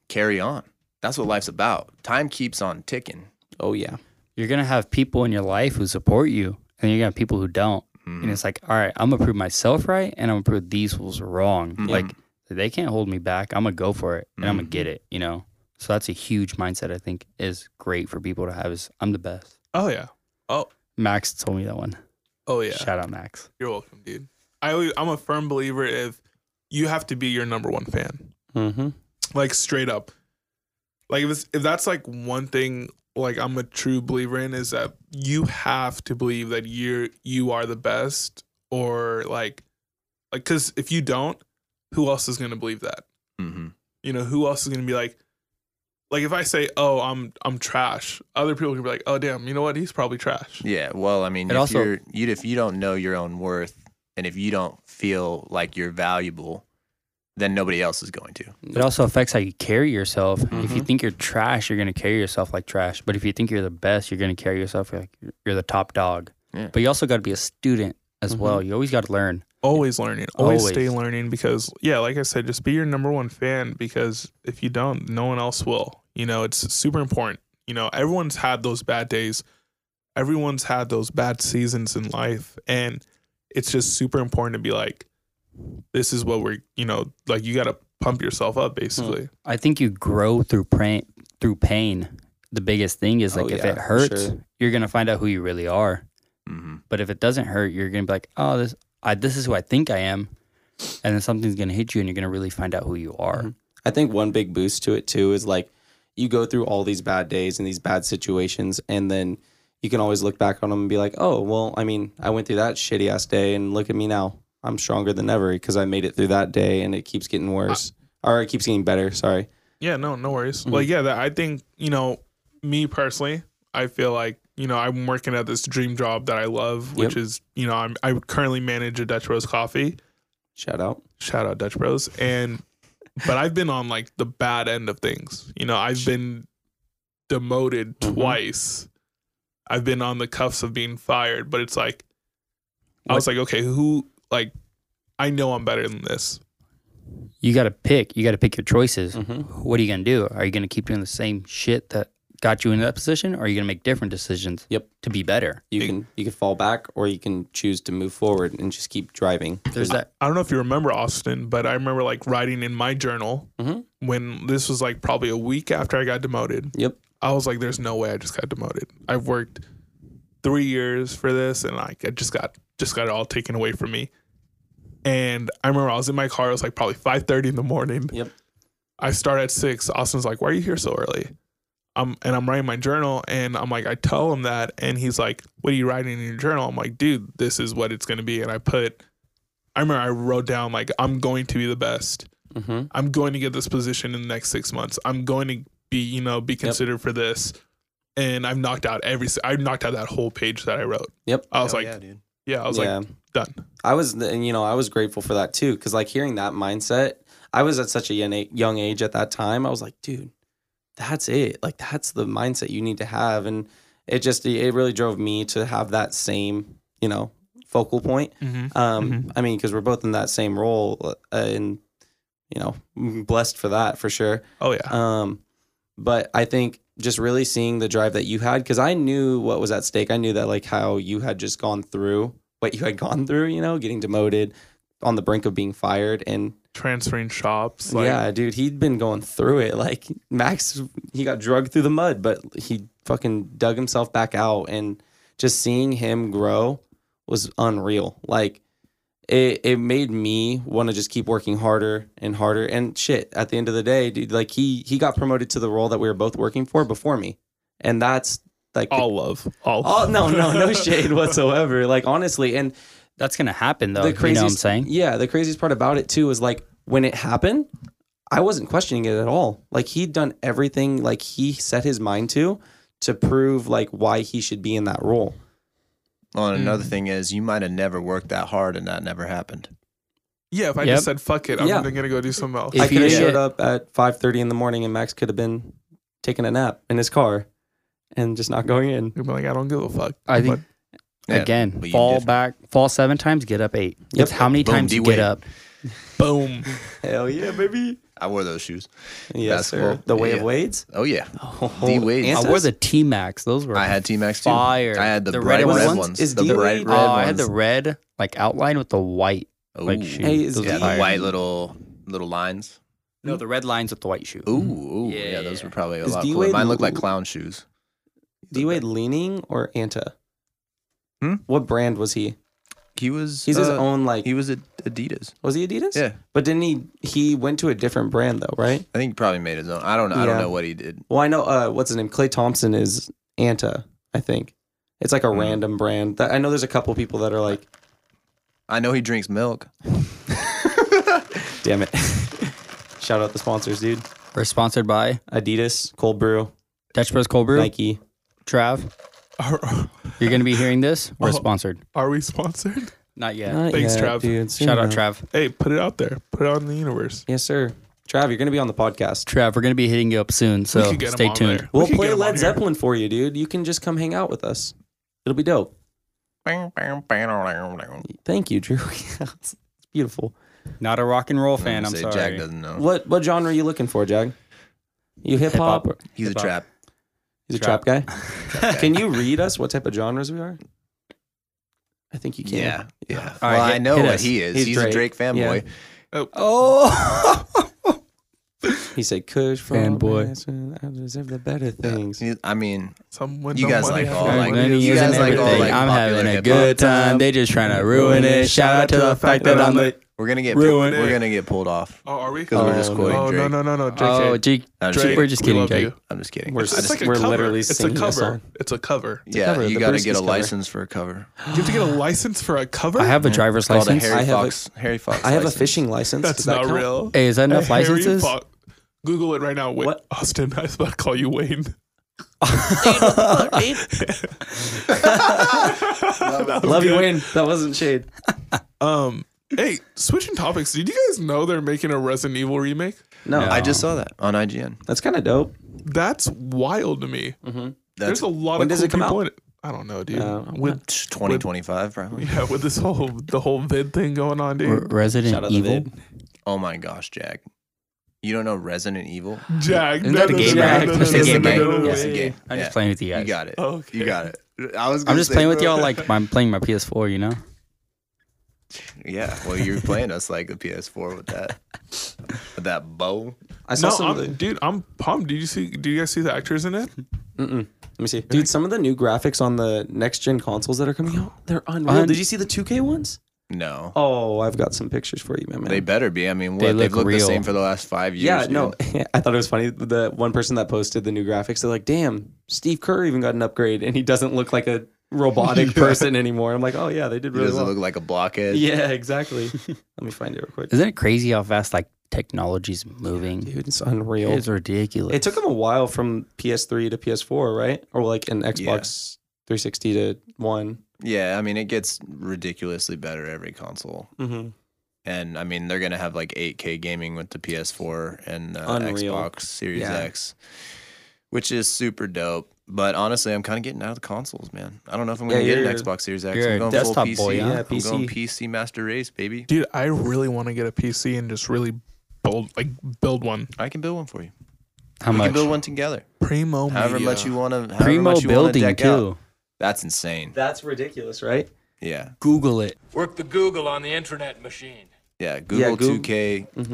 Speaker 4: carry on. That's what life's about. Time keeps on ticking.
Speaker 3: Oh yeah.
Speaker 2: You're going to have people in your life who support you, and you're going to have people who don't.
Speaker 4: Mhm.
Speaker 2: And it's like, all right, I'm going to prove myself right, and I'm going to prove these fools wrong.
Speaker 3: Mm-hmm.
Speaker 4: Mhm.
Speaker 2: Like, they can't hold me back. I'm going to go for it, and I'm going
Speaker 4: Mhm.
Speaker 2: to
Speaker 3: Mm-hmm.
Speaker 2: get it, you know? So that's a huge mindset I think is great for people to have is I'm the best.
Speaker 1: Oh, yeah.
Speaker 2: Max told me that one.
Speaker 1: Oh, yeah.
Speaker 2: Shout out, Max.
Speaker 1: You're welcome, dude. I, always- I'm a firm believer if you have to be your number one fan,
Speaker 3: Mm-hmm.
Speaker 1: like straight up. Like, if, it's, if that's like one thing, like I'm a true believer in is that you have to believe that you're you are the best, or like, like because if you don't, who else is gonna believe that?
Speaker 4: Mm-hmm.
Speaker 1: you know who else is going to be like like if i say oh i'm i'm trash other people can be like oh damn you know what he's probably trash
Speaker 4: Yeah. Well, I mean,
Speaker 2: It
Speaker 4: if
Speaker 2: also-
Speaker 4: you're, you if you don't know your own worth, and if you don't feel like you're valuable, then nobody else is going to.
Speaker 2: It also affects how you carry yourself.
Speaker 3: Mm-hmm.
Speaker 2: If you think you're trash, you're gonna carry yourself like trash. But if you think you're the best, you're gonna carry yourself like you're the top dog.
Speaker 4: Yeah.
Speaker 2: But you also got to be a student as
Speaker 3: Mm-hmm.
Speaker 2: well. You always got to learn.
Speaker 1: always learning always,
Speaker 2: Always.
Speaker 1: stay learning because yeah like i said just be your number one fan because if you don't no one else will you know it's super important you know everyone's had those bad days everyone's had those bad seasons in life and it's just super important to be like this is what we're you know like you got to pump yourself up basically
Speaker 2: I think you grow through pain. Through pain, the biggest thing is
Speaker 3: Oh,
Speaker 2: like if
Speaker 3: yeah,
Speaker 2: it
Speaker 3: for
Speaker 2: hurts,
Speaker 3: sure.
Speaker 2: you're gonna find out who you really are.
Speaker 4: Mm-hmm.
Speaker 2: But if it doesn't hurt, you're gonna be like, oh, this I this is who I think I am, and then something's gonna hit you, and you're gonna really find out who you are.
Speaker 4: Mm-hmm.
Speaker 3: I think one big boost to it too is like you go through all these bad days and these bad situations, and then you can always look back on them and be like, oh, well, I mean, I went through that shitty ass day, and look at me now. I'm stronger than ever because I made it through that day, and it keeps getting worse, or it keeps getting better. Sorry.
Speaker 1: Yeah, no, no worries. Like, yeah, that, I think, you know, me personally, I feel like, you know, I'm working at this dream job that I love, which
Speaker 3: Yep.
Speaker 1: is, you know, I'm, I currently manage a Dutch Bros coffee.
Speaker 3: Shout out.
Speaker 1: Shout out Dutch Bros. And, but I've been on like the bad end of things. You know, I've been demoted
Speaker 3: Mhm.
Speaker 1: twice. I've been on the cuffs of being fired, but it's like, I was like, okay, who, like, I know I'm better than this.
Speaker 2: You got to pick. You got to pick your choices.
Speaker 3: Mm-hmm.
Speaker 2: what are you going to do? Are you going to keep doing the same shit that got you in that position? Or are you going to make different decisions
Speaker 3: Yep.
Speaker 2: to be better?
Speaker 3: You can you can fall back, or you can choose to move forward and just keep driving.
Speaker 2: There's that.
Speaker 1: I don't know if you remember Austin, but I remember like writing in my journal
Speaker 3: Mhm.
Speaker 1: when this was like probably a week after I got demoted.
Speaker 3: Yep.
Speaker 1: I was like, there's no way I just got demoted. I've worked three years for this and like I just got just got it all taken away from me. And I remember I was in my car, it was like probably five thirty in the morning.
Speaker 3: Yep.
Speaker 1: I start at six. Austin's like, Why are you here so early? Um and I'm writing my journal and I'm like, I tell him that and he's like, What are you writing in your journal? I'm like, dude, this is what it's gonna be. And I put I remember I wrote down like I'm going to be the best.
Speaker 3: Mm-hmm.
Speaker 1: I'm going to get this position in the next six months. I'm going to be, you know, be considered for this. And I've knocked out every, I've knocked out that whole page that I wrote.
Speaker 3: Yep.
Speaker 1: I was like,
Speaker 4: yeah,
Speaker 1: yeah,
Speaker 4: dude.
Speaker 1: I was like, done.
Speaker 3: I was, and you know, I was grateful for that too, because like hearing that mindset, I was at such a young a- young age at that time. I was like, dude, that's it. Like that's the mindset you need to have. And it just it really drove me to have that same, you know, focal point.
Speaker 1: Mm-hmm.
Speaker 3: Um, I mean, because we're both in that same role, uh, and you know, I'm blessed for that for sure.
Speaker 1: Oh yeah.
Speaker 3: Um, but I think just really seeing the drive that you had, because I knew what was at stake. I knew that like how you had just gone through what you had gone through. You know, getting demoted, on the brink of being fired, and
Speaker 1: Transferring shops. Like,
Speaker 3: yeah, dude, he'd been going through it. Like Max, he got drugged through the mud, but he fucking dug himself back out. And just seeing him grow was unreal. Like it, it made me want to just keep working harder and harder. And shit, at the end of the day, dude, like he he got promoted to the role that we were both working for before me, and that's like the-
Speaker 1: All love. All.
Speaker 3: all Oh, no, no, no shade whatsoever. Like honestly, and
Speaker 2: That's gonna happen though.
Speaker 3: the
Speaker 2: you know
Speaker 3: craziest
Speaker 2: what I'm saying?
Speaker 3: Yeah, the craziest part about it too is like when it happened, I wasn't questioning it at all. Like he'd done everything like he set his mind to to prove like why he should be in that role.
Speaker 4: Well, and
Speaker 2: Mm-hmm.
Speaker 4: another thing is, you might have never worked that hard, and that never happened.
Speaker 1: Yeah. If I
Speaker 2: Yep.
Speaker 1: just said fuck it, I'm
Speaker 3: Yeah.
Speaker 1: gonna go do something else.
Speaker 2: If
Speaker 3: I could
Speaker 2: you
Speaker 3: have showed
Speaker 2: get-
Speaker 3: up at 5:30 in the morning and Max could have been taking a nap in his car and just not going in.
Speaker 1: You'd be like, I don't give a fuck.
Speaker 2: I think
Speaker 1: But
Speaker 4: Yeah,
Speaker 2: again,
Speaker 4: but you
Speaker 2: fall
Speaker 4: did.
Speaker 2: back, fall seven times, get up eight. It's how many
Speaker 4: Boom,
Speaker 2: times you
Speaker 4: D-Wade.
Speaker 2: get up.
Speaker 1: boom.
Speaker 3: Hell yeah, baby.
Speaker 4: I wore those shoes.
Speaker 3: Yes, sir.
Speaker 4: Basketball.
Speaker 3: The way of
Speaker 4: Yeah.
Speaker 3: Wades.
Speaker 4: Oh yeah,
Speaker 3: Oh,
Speaker 4: D Wade.
Speaker 3: and
Speaker 2: I wore the T Max. Those were
Speaker 4: I had T Max too.
Speaker 2: Fire.
Speaker 4: I had the,
Speaker 2: The
Speaker 4: bright
Speaker 2: red
Speaker 4: red,
Speaker 2: ones?
Speaker 4: ones.
Speaker 3: Is
Speaker 4: the
Speaker 3: D-Wade-
Speaker 4: bright red
Speaker 2: Oh, I had
Speaker 4: ones.
Speaker 2: the red like outline with the white like
Speaker 4: Ooh.
Speaker 2: shoe.
Speaker 3: Hey, is
Speaker 2: Those
Speaker 4: Yeah,
Speaker 2: are
Speaker 3: D-
Speaker 4: the
Speaker 2: fire.
Speaker 4: white little little lines.
Speaker 2: No, the red lines with the white shoe.
Speaker 4: Ooh, ooh yeah,
Speaker 2: Yeah,
Speaker 4: those
Speaker 2: yeah.
Speaker 4: were probably a
Speaker 3: Is
Speaker 4: lot
Speaker 3: D-Wade
Speaker 4: cooler. Mine looked like
Speaker 3: l-
Speaker 4: clown shoes.
Speaker 3: D Wade leaning or Anta?
Speaker 4: Hmm?
Speaker 3: What brand was he?
Speaker 4: He was
Speaker 3: He's his
Speaker 4: uh,
Speaker 3: own like
Speaker 4: He was a, Adidas.
Speaker 3: Was he Adidas?
Speaker 4: Yeah,
Speaker 3: But didn't he? He went to a different brand though, right?
Speaker 4: I think he probably made his own. I don't know. I don't
Speaker 3: Yeah.
Speaker 4: know what he did.
Speaker 3: Well, I know. Uh, what's his name? Clay Thompson is Anta, I think. It's like a
Speaker 4: Hmm.
Speaker 3: random brand. That, I know there's a couple people that are like,
Speaker 4: I know he drinks milk.
Speaker 3: damn it. Shout out the sponsors, dude.
Speaker 2: We're sponsored by
Speaker 3: Adidas, Cold Brew,
Speaker 2: Dutch Bros Cold Brew.
Speaker 3: Nike.
Speaker 2: Trav,
Speaker 1: Are,
Speaker 2: you're gonna be hearing this. We're
Speaker 1: Oh.
Speaker 2: sponsored.
Speaker 1: are we sponsored?
Speaker 2: Not yet.
Speaker 3: Not
Speaker 1: Thanks,
Speaker 3: yet,
Speaker 1: Trav.
Speaker 3: Dude. Soon
Speaker 2: Shout out
Speaker 3: though.
Speaker 2: Trav.
Speaker 1: Hey, put it out there. Put it on the universe.
Speaker 3: Yes, sir. Trav, you're gonna be on the podcast.
Speaker 2: Trav, we're gonna be hitting you up soon,
Speaker 1: We
Speaker 2: so
Speaker 1: could get 'em
Speaker 2: stay
Speaker 1: on
Speaker 2: tuned.
Speaker 1: there. We
Speaker 3: We'll
Speaker 1: could
Speaker 3: play
Speaker 1: get 'em on
Speaker 3: Led
Speaker 1: here.
Speaker 3: Zeppelin for you, dude. You can just come hang out with us. It'll be dope. Thank you, Drew. it's beautiful.
Speaker 2: Not a rock and roll fan.
Speaker 4: gonna
Speaker 2: I'm
Speaker 4: say
Speaker 2: sorry.
Speaker 4: Jack doesn't know.
Speaker 3: What what genre are you looking for, Jag? You hip hop?
Speaker 2: Hip-hop.
Speaker 4: He's a
Speaker 2: Hip-hop.
Speaker 4: trap.
Speaker 3: He's a
Speaker 2: Trap.
Speaker 3: trap, guy. can you read us what type of genres we are? I think you can.
Speaker 4: Yeah, yeah.
Speaker 2: All right,
Speaker 4: well, I
Speaker 2: hit-
Speaker 4: know
Speaker 2: hit
Speaker 4: what
Speaker 2: us.
Speaker 4: he is.
Speaker 3: He's
Speaker 4: He's, a
Speaker 3: Drake.
Speaker 4: Drake fanboy.
Speaker 2: Oh,
Speaker 3: He said, "Kush
Speaker 2: Fanboy.
Speaker 3: from- I deserve the better
Speaker 4: Yeah,
Speaker 3: things."
Speaker 4: he- I mean,
Speaker 1: Someone.
Speaker 4: You guys like
Speaker 1: Oh,
Speaker 4: all, like,
Speaker 2: you
Speaker 4: you
Speaker 2: guys
Speaker 4: guys like all,
Speaker 2: everything.
Speaker 4: like,
Speaker 2: I'm having
Speaker 4: popular
Speaker 2: a
Speaker 4: hip-hop.
Speaker 2: good time. They just trying to ruin it. Shout out to the fact that I'm the.
Speaker 4: we're gonna get
Speaker 2: Ruin
Speaker 4: we're
Speaker 1: it.
Speaker 4: gonna get pulled off.
Speaker 1: Oh, are we?
Speaker 4: Because we're just
Speaker 3: Oh,
Speaker 4: quoting
Speaker 1: Oh
Speaker 4: Drake.
Speaker 1: no no no no. JK.
Speaker 2: Oh, Jake,
Speaker 4: I'm just
Speaker 1: Drake,
Speaker 2: we're just
Speaker 1: we
Speaker 2: kidding,
Speaker 1: love
Speaker 2: Jake.
Speaker 1: you.
Speaker 4: I'm just kidding.
Speaker 3: We're
Speaker 4: I
Speaker 1: It's
Speaker 3: just-
Speaker 4: just-
Speaker 1: like a
Speaker 3: we're
Speaker 1: cover.
Speaker 3: literally
Speaker 1: it's a
Speaker 3: singing a
Speaker 1: cover.
Speaker 3: song.
Speaker 1: It's a cover.
Speaker 4: yeah,
Speaker 3: cover, the
Speaker 4: you got to
Speaker 3: Brewskis
Speaker 4: get a
Speaker 3: cover.
Speaker 4: license for a cover.
Speaker 1: You have to get a license for a cover.
Speaker 2: I have a driver's
Speaker 4: Called a
Speaker 2: license.
Speaker 4: Harry
Speaker 3: I have a-
Speaker 4: Fox. Harry Fox.
Speaker 3: I have a
Speaker 4: license.
Speaker 3: fishing license.
Speaker 1: That's
Speaker 3: Does that
Speaker 1: not
Speaker 3: count?
Speaker 1: real.
Speaker 2: Hey, is that enough
Speaker 1: Harry
Speaker 2: licenses?
Speaker 1: Fo- Google it right now. Wait,
Speaker 3: What?
Speaker 1: Austin, I was about to call you Wayne. That was
Speaker 3: Love you,
Speaker 1: good.
Speaker 3: Wayne. That wasn't shade.
Speaker 1: Um, hey, switching topics. Did you guys know they're making a Resident Evil remake?
Speaker 3: No,
Speaker 2: No.
Speaker 4: I just saw that on IGN.
Speaker 3: that's kind of dope.
Speaker 1: That's wild to me.
Speaker 4: That's
Speaker 1: There's a lot
Speaker 3: when
Speaker 1: of
Speaker 3: does
Speaker 1: cool
Speaker 3: it come
Speaker 1: people
Speaker 3: out?
Speaker 1: in it. I don't know, dude.
Speaker 3: No, Mm-hmm. Uh, I'm
Speaker 1: with
Speaker 4: 2025 probably.
Speaker 1: yeah, with this whole the whole vid thing going on,
Speaker 2: R-
Speaker 1: dude.
Speaker 3: Shout
Speaker 2: Resident
Speaker 3: out to
Speaker 2: Evil.
Speaker 3: Vid.
Speaker 4: Oh my gosh, Jack. You don't know Resident Evil?
Speaker 1: Jag,
Speaker 2: Isn't that the game
Speaker 1: no,
Speaker 2: act?
Speaker 1: no, no,
Speaker 2: That's the
Speaker 1: no,
Speaker 2: game
Speaker 1: no,
Speaker 2: act.
Speaker 1: no, no, no,
Speaker 2: Yes,
Speaker 1: no.
Speaker 4: the game.
Speaker 2: I'm
Speaker 4: Yeah.
Speaker 2: just playing with you guys.
Speaker 4: You got it.
Speaker 1: Okay.
Speaker 4: You got it. I was
Speaker 2: I'm
Speaker 4: gonna
Speaker 2: just
Speaker 4: say,
Speaker 2: playing with
Speaker 4: bro.
Speaker 2: y'all like I'm playing my PS4. You know.
Speaker 4: Yeah, well you're playing us like the PS4 with that with that bow.
Speaker 3: I saw
Speaker 1: No,
Speaker 3: some. of
Speaker 1: I'm,
Speaker 3: the-
Speaker 1: dude, I'm pumped. Did you see? Do you guys see the actors in it?
Speaker 3: Mm-mm. Let me see, dude. Some of the new graphics on the next gen consoles that are coming out, they're unreal.
Speaker 2: Un-
Speaker 3: Did you see the 2K ones?
Speaker 4: No.
Speaker 3: Oh, I've got some pictures for you, my man.
Speaker 4: They better be. I mean, what,
Speaker 2: They
Speaker 4: they
Speaker 2: look
Speaker 4: have looked the
Speaker 2: real.
Speaker 4: same for the last five years.
Speaker 3: yeah,
Speaker 4: dude.
Speaker 3: no, I thought it was funny. The one person that posted the new graphics, they're like, "Damn, Steve Kerr even got an upgrade, and he doesn't look like a robotic person anymore." I'm like, "Oh yeah, they did
Speaker 4: He
Speaker 3: really
Speaker 4: doesn't
Speaker 3: well."
Speaker 4: look like a blockhead.
Speaker 3: yeah, exactly. Let me find it real quick,
Speaker 2: Isn't it crazy how fast like technology's moving?
Speaker 3: dude. It's unreal.
Speaker 2: It's ridiculous.
Speaker 3: It took them a while from PS3 to PS4, right? Or like an Xbox 360 to one.
Speaker 4: Yeah, I mean, it gets ridiculously better every console.
Speaker 3: Mm-hmm.
Speaker 4: And I mean, they're going to have like 8K gaming with the PS4 and uh,
Speaker 3: Unreal.
Speaker 4: Xbox Series
Speaker 3: Yeah.
Speaker 4: X. which is super dope. But honestly, I'm kind of getting out of the consoles, man. I don't know if I'm gonna
Speaker 3: Yeah,
Speaker 4: get an
Speaker 3: you're-
Speaker 4: Xbox Series X.
Speaker 2: you're
Speaker 4: I'm
Speaker 2: a
Speaker 4: going full
Speaker 2: desktop
Speaker 4: PC.
Speaker 2: boy, huh?
Speaker 3: Yeah,
Speaker 4: I'm going
Speaker 3: PC.
Speaker 4: PC master race, baby.
Speaker 1: Dude, I really want to get a PC and just really build like build one.
Speaker 4: I can build one for you.
Speaker 2: How
Speaker 4: we
Speaker 2: much?
Speaker 4: can build one together.
Speaker 1: Primo
Speaker 4: However
Speaker 1: Media.
Speaker 4: much you want to.
Speaker 2: Primo
Speaker 4: much you wanna
Speaker 2: building
Speaker 4: deck
Speaker 2: too.
Speaker 4: Out. That's insane.
Speaker 3: That's ridiculous, right?
Speaker 4: Yeah.
Speaker 2: Google it.
Speaker 5: Work the Google on the internet machine.
Speaker 4: Yeah, Google Mm-hmm.
Speaker 3: Google-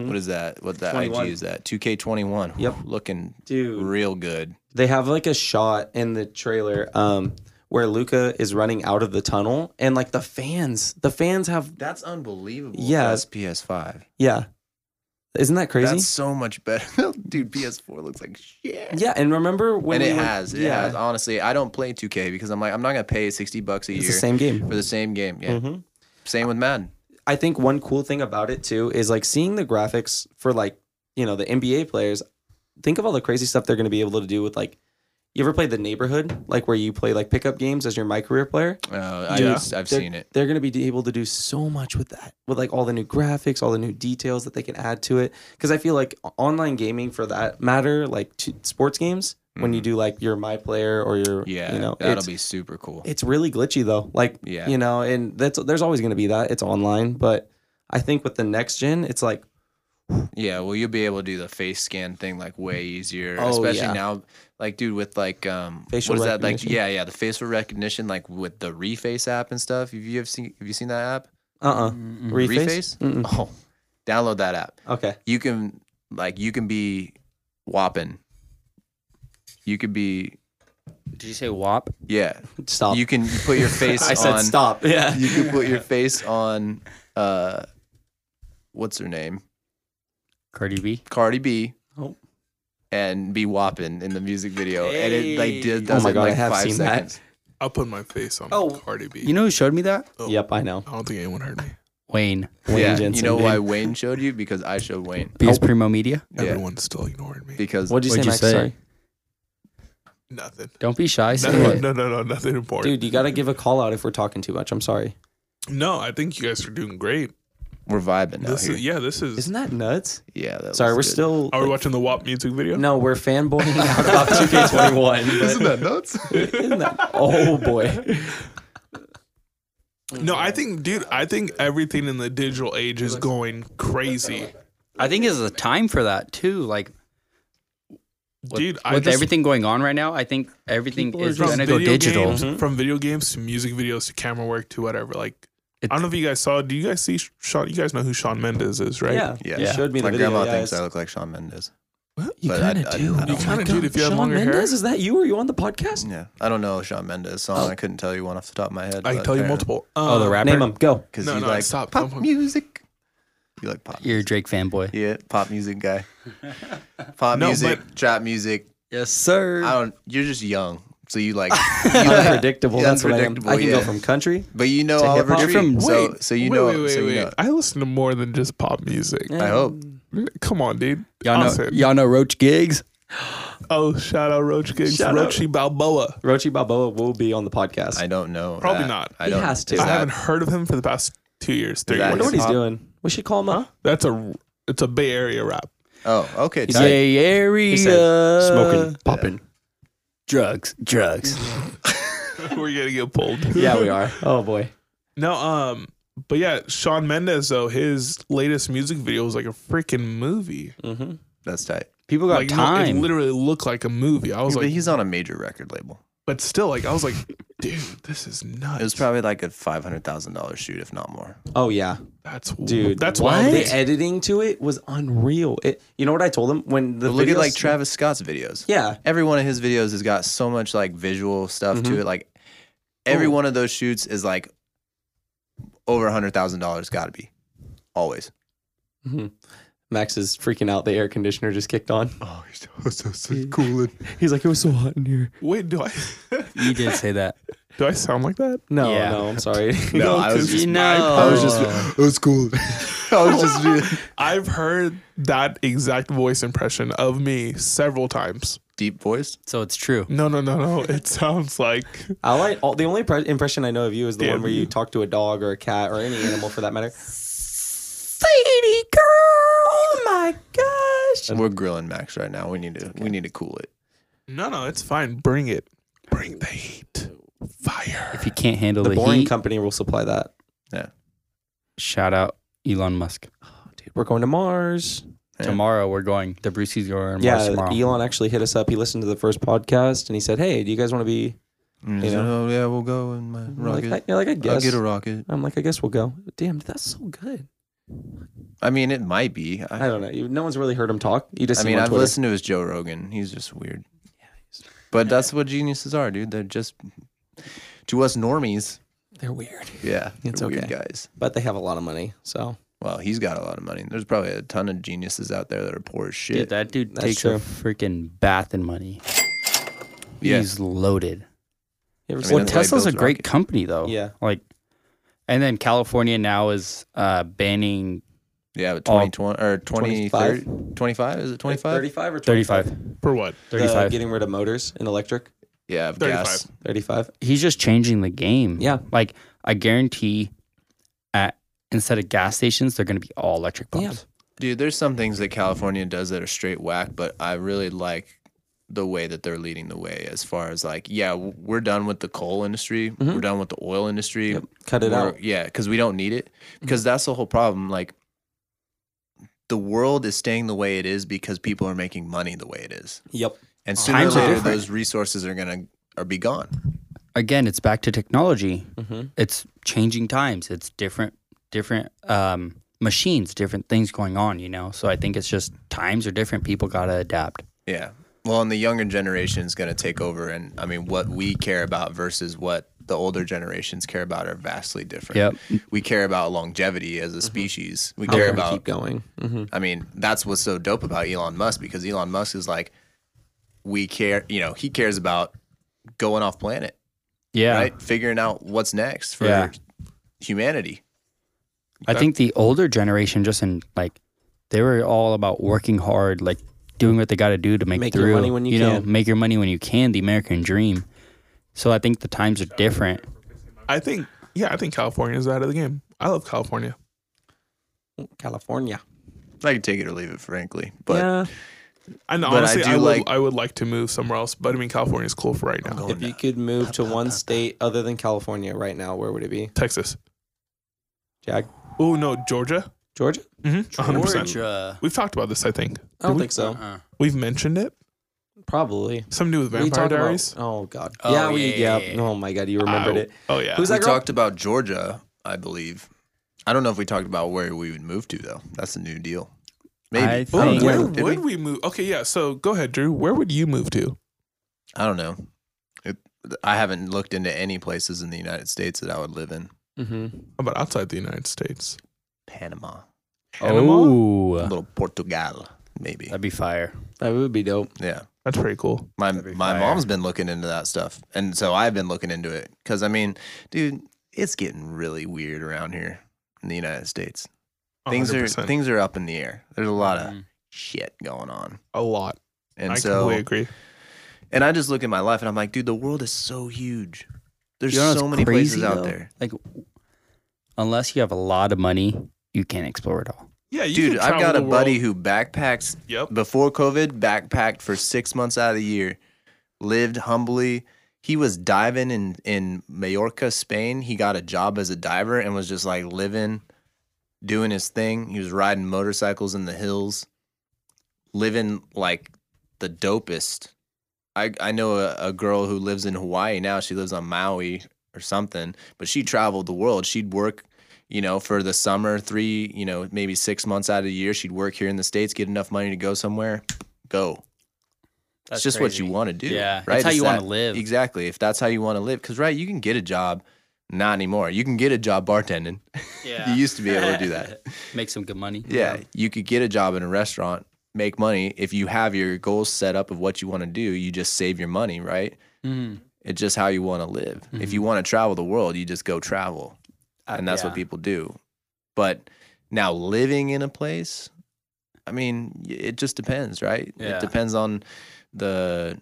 Speaker 4: 2K. what is that? What that
Speaker 3: 21.
Speaker 4: IG is that? 2K21.
Speaker 3: Yep.
Speaker 4: looking
Speaker 3: Dude.
Speaker 4: real good.
Speaker 3: They have like a shot in the trailer um, where Luca is running out of the tunnel, and like the fans, the fans have
Speaker 4: That's unbelievable.
Speaker 3: Yeah.
Speaker 4: that's PS5.
Speaker 3: yeah. Isn't that crazy?
Speaker 4: That's so much better, dude. PS4 looks like shit.
Speaker 3: yeah, and remember when
Speaker 4: and
Speaker 3: we
Speaker 4: it
Speaker 3: were-
Speaker 4: has, it
Speaker 3: yeah,
Speaker 4: has. Honestly, I don't play 2K because I'm like, I'm not gonna pay 60 bucks a
Speaker 3: it's
Speaker 4: year
Speaker 3: the same game.
Speaker 4: for the same game. Yeah,
Speaker 3: Mhm.
Speaker 4: same with Madden.
Speaker 3: I think one cool thing about it too is like seeing the graphics for like you know the NBA players. Think of all the crazy stuff they're going to be able to do with like. You ever played the neighborhood, like where you play like pickup games as your my career player?
Speaker 4: Uh, I,
Speaker 1: Yeah.
Speaker 4: I've, I've
Speaker 3: They're-
Speaker 4: seen it.
Speaker 3: They're going to be able to do so much with that, with like all the new graphics, all the new details that they can add to it. Because I feel like o- online gaming, for that matter, like t- sports games, when you do like your my player or your
Speaker 4: Mm-hmm. Yeah,
Speaker 3: you know,
Speaker 4: that'll
Speaker 3: it's-
Speaker 4: be super cool.
Speaker 3: it's really glitchy though. Like
Speaker 4: Yeah.
Speaker 3: you know, and that's there's always going to be that. It's online, but I think with the next gen, it's like
Speaker 4: Yeah, well, you'll be able to do the face scan thing like way easier,
Speaker 3: Oh,
Speaker 4: especially
Speaker 3: yeah.
Speaker 4: now. Like, dude, with like um,
Speaker 3: Facial
Speaker 4: what is that? Like,
Speaker 3: recognition.
Speaker 4: yeah, yeah, the facial recognition, like with the Reface app and stuff. Have you ever seen? Have you seen that app?
Speaker 3: uh uh
Speaker 4: Reface?
Speaker 3: reface. Mm-mm.
Speaker 4: Oh, download that app.
Speaker 3: Okay,
Speaker 4: You can like you can be whopping. You could be
Speaker 2: Did you say WAP?
Speaker 4: yeah.
Speaker 3: stop.
Speaker 4: You can put your face.
Speaker 3: Oh. I said
Speaker 4: on,
Speaker 3: stop. Yeah,
Speaker 4: You can put your face on. Uh, what's her name?
Speaker 2: Cardi B?
Speaker 4: Cardi B.
Speaker 3: Oh.
Speaker 4: And be whopping in the music video, and it like did
Speaker 3: Oh
Speaker 4: does
Speaker 3: my
Speaker 4: it in,
Speaker 3: God, I
Speaker 4: like
Speaker 3: have
Speaker 4: five
Speaker 3: seen that.
Speaker 4: seconds.
Speaker 1: I'll put my face on
Speaker 3: Oh,
Speaker 1: Cardi B.
Speaker 2: You know who showed me that?
Speaker 1: Oh,
Speaker 3: yep, I know.
Speaker 1: I don't think anyone heard me.
Speaker 2: Wayne.
Speaker 3: Wayne
Speaker 4: yeah, you
Speaker 3: Jensen,
Speaker 4: know
Speaker 3: dude.
Speaker 4: why Wayne showed you because I showed Wayne.
Speaker 2: PS Primo Media?
Speaker 4: Yeah,
Speaker 1: Everyone's still ignoring me.
Speaker 4: because
Speaker 3: What'd you
Speaker 2: What'd
Speaker 3: say,
Speaker 2: you say?
Speaker 3: Max? Sorry,
Speaker 1: Nothing.
Speaker 2: Don't be shy. Say
Speaker 1: No,
Speaker 2: it.
Speaker 1: no, no, no, nothing important.
Speaker 3: dude. You got to give a call out if we're talking too much. I'm sorry.
Speaker 1: No, I think you guys are doing great.
Speaker 4: we're vibing now.
Speaker 1: This
Speaker 4: Here.
Speaker 1: is, yeah, this is.
Speaker 3: Isn't that nuts?
Speaker 4: yeah, that
Speaker 3: Sorry,
Speaker 4: was
Speaker 3: we're
Speaker 4: good.
Speaker 3: still.
Speaker 1: are we watching the WAP music video?
Speaker 3: no, we're fanboying out about 2K21. Isn't that
Speaker 4: nuts.
Speaker 3: Isn't that? Oh boy.
Speaker 1: No, I think, dude, I think everything in the digital age is going crazy.
Speaker 2: I think it's a time for that too. Like with,
Speaker 1: Dude, I
Speaker 2: with
Speaker 1: just-
Speaker 2: everything going on right now, I think everything
Speaker 3: People are
Speaker 2: is
Speaker 3: just-
Speaker 2: gonna go
Speaker 1: video
Speaker 2: digital.
Speaker 1: games- from video games to music videos to camera work to whatever. Like, I
Speaker 2: It's-
Speaker 1: don't know if you guys saw. Do you guys see Sean? You guys know who Sean Mendes is, right?
Speaker 3: Yeah.
Speaker 4: Yeah.
Speaker 3: You showed me
Speaker 4: My
Speaker 3: the video.
Speaker 4: grandma
Speaker 3: yeah,
Speaker 4: thinks
Speaker 3: it's-
Speaker 4: I look like Sean Mendes.
Speaker 3: You
Speaker 4: But I-
Speaker 3: kind of
Speaker 4: I- I
Speaker 3: do.
Speaker 4: don't
Speaker 3: Oh
Speaker 1: You
Speaker 3: my
Speaker 1: kinda do
Speaker 3: God.
Speaker 1: if you have
Speaker 3: Shawn
Speaker 1: longer hair.
Speaker 3: Mendes, Is that you? Are you on the podcast?
Speaker 4: Yeah, I don't know Sean Mendes' song.
Speaker 3: Oh.
Speaker 4: I couldn't tell you one off the top of my head.
Speaker 1: I can tell you multiple. Um,
Speaker 2: oh, the rapper.
Speaker 3: Name him. Go.
Speaker 4: because
Speaker 1: No,
Speaker 4: you
Speaker 1: no,
Speaker 4: like
Speaker 1: stop.
Speaker 4: pop
Speaker 1: Don't-
Speaker 4: music. You like pop?
Speaker 2: You're a Drake fanboy.
Speaker 4: Yeah, pop music guy. Pop
Speaker 1: No,
Speaker 4: music, trap music.
Speaker 2: Yes, sir.
Speaker 4: I don't. You're just young, so you like.
Speaker 3: Unpredictable.
Speaker 4: Yeah,
Speaker 3: That's what I am.
Speaker 4: unpredictable,
Speaker 3: I can go
Speaker 4: yeah.
Speaker 3: from country.
Speaker 4: But you know
Speaker 3: To
Speaker 4: Oliver
Speaker 3: hip-hop.
Speaker 4: Tree.
Speaker 2: You're from-
Speaker 4: so, so you know.
Speaker 1: Wait, wait, wait,
Speaker 4: so you
Speaker 1: wait.
Speaker 4: know.
Speaker 1: I listen to more than just pop music.
Speaker 4: I hope.
Speaker 1: Come on, dude.
Speaker 2: y'all know.
Speaker 1: Awesome.
Speaker 2: Y'all know Roach Gigs.
Speaker 1: Oh, shout out Roach Gigs,
Speaker 3: Shout out.
Speaker 1: Roachy Balboa.
Speaker 3: Rochi Balboa will be on the podcast.
Speaker 4: I don't know.
Speaker 1: Probably
Speaker 4: that.
Speaker 1: not.
Speaker 4: I
Speaker 3: He
Speaker 4: don't.
Speaker 3: has to.
Speaker 4: is
Speaker 1: I
Speaker 4: that-
Speaker 1: haven't heard of him for the past two years, three
Speaker 4: that-
Speaker 3: wonder
Speaker 1: years. Uh,
Speaker 3: what he's
Speaker 4: Huh?
Speaker 3: doing. We should call him up.
Speaker 1: That's a it's a Bay Area rap.
Speaker 4: Oh, okay.
Speaker 3: He's
Speaker 4: tight.
Speaker 3: like-
Speaker 2: Bay Area.
Speaker 3: He said, smoking,
Speaker 4: Uh,
Speaker 3: popping.
Speaker 2: drugs, drugs.
Speaker 1: We're gonna get pulled.
Speaker 3: Yeah, we are. Oh boy.
Speaker 1: No, um, but yeah, Sean Mendes though his latest music video was like a freaking movie.
Speaker 3: Mm-hmm.
Speaker 4: That's tight.
Speaker 2: People got
Speaker 1: like no,
Speaker 2: time.
Speaker 1: it literally looked like a movie. I was
Speaker 4: but
Speaker 1: like,
Speaker 4: he's on a major record label.
Speaker 1: but still, like I was like, dude, this is nuts.
Speaker 4: It was probably like a five hundred thousand dollars shoot, if not more.
Speaker 3: Oh yeah,
Speaker 1: that's
Speaker 3: dude.
Speaker 1: That's
Speaker 3: why
Speaker 1: why
Speaker 3: the editing to it was unreal. It. You know what I told him when the
Speaker 4: But look at
Speaker 3: videos-
Speaker 4: like Travis Scott's videos.
Speaker 3: Yeah.
Speaker 4: Every one of his videos has got so much like visual stuff to it. Like every one of those shoots is like over a hundred thousand dollars. Got to be always.
Speaker 3: Mm-hmm. Max is freaking out. The air conditioner just kicked on.
Speaker 1: Oh, you're so, so, so cool.
Speaker 3: He's like, it was so hot in here.
Speaker 1: Wait, do I
Speaker 2: you did say that.
Speaker 1: do I sound like that?
Speaker 3: No,
Speaker 2: Yeah.
Speaker 3: no, I'm sorry.
Speaker 4: No, I was
Speaker 2: You
Speaker 4: just.
Speaker 2: know.
Speaker 4: I was just.
Speaker 1: That's cool.
Speaker 4: I was just
Speaker 1: I've heard that exact voice impression of me several times.
Speaker 4: deep voiced.
Speaker 2: so it's true.
Speaker 1: No, no, no, no. It sounds like
Speaker 3: I like all, the only pre- impression I know of you is the
Speaker 1: Damn
Speaker 3: one where
Speaker 1: you.
Speaker 3: you talk to a dog or a cat or any animal for that matter.
Speaker 2: Sadie girl. Oh my gosh.
Speaker 4: We're grilling Max right now. We need to. We need to cool it.
Speaker 1: No, no, it's fine. Bring it. Bring the heat. Fire.
Speaker 2: If you can't handle
Speaker 3: The
Speaker 2: the,
Speaker 3: boring
Speaker 2: heat,
Speaker 3: company will supply that.
Speaker 2: shout out Elon Musk.
Speaker 3: Oh, Dude, we're going to Mars.
Speaker 4: Yeah.
Speaker 2: Tomorrow we're going. The Brucey's going to
Speaker 3: yeah,
Speaker 2: Mars tomorrow.
Speaker 3: Elon actually hit us up. He listened to the first podcast and he said, "Hey, do you guys want to be?" You know?
Speaker 4: oh, yeah, we'll go in my
Speaker 3: I'm Mm-hmm. Like,
Speaker 4: rocket.
Speaker 3: I, yeah, like I guess.
Speaker 4: I'll get a rocket.
Speaker 3: I'm like, I guess we'll go. Damn, that's so good.
Speaker 4: I mean, it might be. I,
Speaker 3: I don't know. You, no one's really heard him talk. You just.
Speaker 4: I
Speaker 3: see him
Speaker 4: mean,
Speaker 3: on
Speaker 4: I've
Speaker 3: Twitter.
Speaker 4: listened to his Joe Rogan. He's just weird. But that's what geniuses are, dude. They're just to us normies.
Speaker 3: They're weird,
Speaker 4: Yeah,
Speaker 3: It's
Speaker 4: they're weird
Speaker 3: okay.
Speaker 4: guys.
Speaker 3: but they have a lot of money. So
Speaker 4: Well, he's got a lot of money. There's probably a ton of geniuses out there that are poor as shit.
Speaker 2: Dude, that dude
Speaker 3: That's
Speaker 2: takes
Speaker 3: true.
Speaker 2: a freaking bath in money.
Speaker 4: Yeah.
Speaker 2: He's loaded.
Speaker 3: you
Speaker 4: I mean,
Speaker 2: Well,
Speaker 3: ever seen
Speaker 4: that's why he
Speaker 2: Tesla's a
Speaker 4: builds
Speaker 2: great
Speaker 4: rockets.
Speaker 2: company though.
Speaker 3: Yeah.
Speaker 2: Like, and then California now is uh, banning
Speaker 4: yeah, but
Speaker 2: all-
Speaker 4: 20, or 20,
Speaker 3: 25?
Speaker 4: 30, 25? Is it 25?
Speaker 3: Thirty-five or
Speaker 2: 35.
Speaker 1: For what?
Speaker 3: The
Speaker 2: 35.
Speaker 3: getting rid of motors and electric.
Speaker 4: Yeah, of gas.
Speaker 3: Thirty-five.
Speaker 2: He's just changing the game.
Speaker 3: Yeah.
Speaker 2: Like, I guarantee at instead of gas stations, they're going to be all electric
Speaker 3: Yeah.
Speaker 2: pumps.
Speaker 4: Dude, there's some things that California does that are straight whack, but I really like the way that they're leading the way as far as like, yeah, w- we're done with the coal industry. We're done with the oil industry.
Speaker 3: Mm-hmm. Yep. Cut it
Speaker 4: We're-
Speaker 3: out. Mm-hmm.
Speaker 4: Yeah, because we don't need it. Because that's the whole problem. Like, the world is staying the way it is because people are making money the way it is,
Speaker 3: Yep.
Speaker 4: and sooner or
Speaker 2: Times are
Speaker 4: later,
Speaker 2: different.
Speaker 4: those resources are gonna are be gone.
Speaker 2: Again, it's back to technology.
Speaker 3: Mm-hmm.
Speaker 2: It's changing times. It's different, different um, machines, different things going on. You know. So I think it's just times are different. People got to adapt.
Speaker 4: Yeah. Well, and the younger generation is gonna take over, and I mean, what we care about versus what the older generations care about are vastly different.
Speaker 2: Yep.
Speaker 4: We care about longevity as a species. We care about
Speaker 3: keep going. Mm-hmm.
Speaker 4: I mean, that's what's so dope about Elon Musk because Elon Musk is like, we care, you know, he cares about going off planet,
Speaker 2: Yeah.
Speaker 4: right? Figuring out what's next for
Speaker 2: Yeah.
Speaker 4: humanity.
Speaker 2: I think the older generation, just in like, they were all about working hard, like doing what they got to do to make,
Speaker 3: Make your
Speaker 2: through.
Speaker 3: money when you
Speaker 2: know,
Speaker 3: can.
Speaker 2: make your money when you can. The American dream. So I think the times are different.
Speaker 1: I think, yeah, I think California is out of the game. I love California.
Speaker 3: California.
Speaker 4: I could take it or leave it, frankly. But
Speaker 3: yeah.
Speaker 1: I know,
Speaker 4: But I
Speaker 1: honestly,
Speaker 4: do
Speaker 1: I, would,
Speaker 4: like-
Speaker 1: I would like to move somewhere else, but I mean, California is cool for right now.
Speaker 4: going
Speaker 3: If you could move to one state other than California right now, where would it be?
Speaker 1: Texas.
Speaker 3: Jack,
Speaker 1: Oh, no, Georgia?
Speaker 3: Georgia?
Speaker 1: Mm-hmm. 100%. We've talked about this, I think.
Speaker 3: I don't
Speaker 1: Did we?
Speaker 3: think so.
Speaker 2: Uh-uh.
Speaker 1: We've mentioned it.
Speaker 3: Probably.
Speaker 1: Something to do with
Speaker 3: We
Speaker 1: Vampire
Speaker 3: talked about-
Speaker 1: Diaries.
Speaker 3: oh God.
Speaker 2: Oh,
Speaker 3: yeah, we.
Speaker 2: yeah,
Speaker 3: Yeah.
Speaker 2: yeah, yeah.
Speaker 3: Oh my God, you remembered
Speaker 1: Ow.
Speaker 3: it.
Speaker 1: Oh, yeah.
Speaker 3: Who's
Speaker 4: we
Speaker 3: that girl?
Speaker 4: talked about Georgia, I believe. I don't know if we talked about where we would move to, though. That's a new deal. Maybe.
Speaker 2: I
Speaker 4: I,
Speaker 1: Ooh,
Speaker 2: think-
Speaker 4: don't
Speaker 1: where
Speaker 4: know. Oh, Did
Speaker 1: would we move? Okay, yeah. So go ahead, Drew. Where would you move to?
Speaker 4: I don't know. It, I haven't looked into any places in the United States that I would live in.
Speaker 3: Mm-hmm.
Speaker 1: How about outside the United States?
Speaker 4: Panama,
Speaker 1: Panama?
Speaker 4: a
Speaker 2: Oh,
Speaker 4: little Portugal, maybe.
Speaker 2: that'd be fire.
Speaker 3: That would be dope.
Speaker 4: Yeah.
Speaker 1: That's pretty cool.
Speaker 4: My
Speaker 2: That'd be
Speaker 4: my
Speaker 2: fire.
Speaker 4: mom's been looking into that stuff, and so I've been looking into it because I mean, dude, it's getting really weird around here in the United States. Things are
Speaker 1: 100%.
Speaker 4: things are up in the air. There's a lot of
Speaker 2: Mhm.
Speaker 4: shit going on,
Speaker 1: a lot.
Speaker 4: and
Speaker 1: Mm. I
Speaker 4: so
Speaker 1: completely agree.
Speaker 4: and I just look at my life and I'm like, dude, the world is so huge. There's
Speaker 2: You know what's
Speaker 4: so many places
Speaker 2: crazy,
Speaker 4: out
Speaker 2: though?
Speaker 4: there.
Speaker 2: Like, unless you have a lot of money, you can't explore it all.
Speaker 1: Yeah, you
Speaker 4: Dude,
Speaker 1: could
Speaker 4: I've
Speaker 1: travel
Speaker 4: got a
Speaker 1: the world.
Speaker 4: buddy who backpacks
Speaker 1: Yep.
Speaker 4: before COVID, backpacked for six months out of the year, lived humbly. He was diving in in Mallorca, Spain. He got a job as a diver and was just like living, doing his thing. He was riding motorcycles in the hills, living like the dopest. I I know a, a girl who lives in Hawaii now. She lives on Maui or something, but she traveled the world. She'd work you know, for the summer, three, you know, maybe six months out of the year, she'd work here in the States, get enough money to go somewhere, go. it's just what you want to do.
Speaker 2: Yeah, it's
Speaker 4: Right.
Speaker 2: how
Speaker 4: It's
Speaker 2: you wanna
Speaker 4: that-
Speaker 2: live.
Speaker 4: Exactly. If that's how you want to live. Cause, right, you can get a job. Not anymore. You can get a job bartending.
Speaker 2: Yeah.
Speaker 4: You used to be able to do that.
Speaker 2: Make some good money.
Speaker 4: Yeah. You could get a job in a restaurant, make money. If you have your goals set up of what you want to do, you just save your money, right?
Speaker 2: Mhm.
Speaker 4: It's just how you want to live. If you want to travel the world, you just go travel
Speaker 2: Uh,
Speaker 4: and that's what
Speaker 2: Mm-hmm. yeah.
Speaker 4: people do. But now living in a place, I mean, y- it just depends, right?
Speaker 2: Yeah.
Speaker 4: It depends on the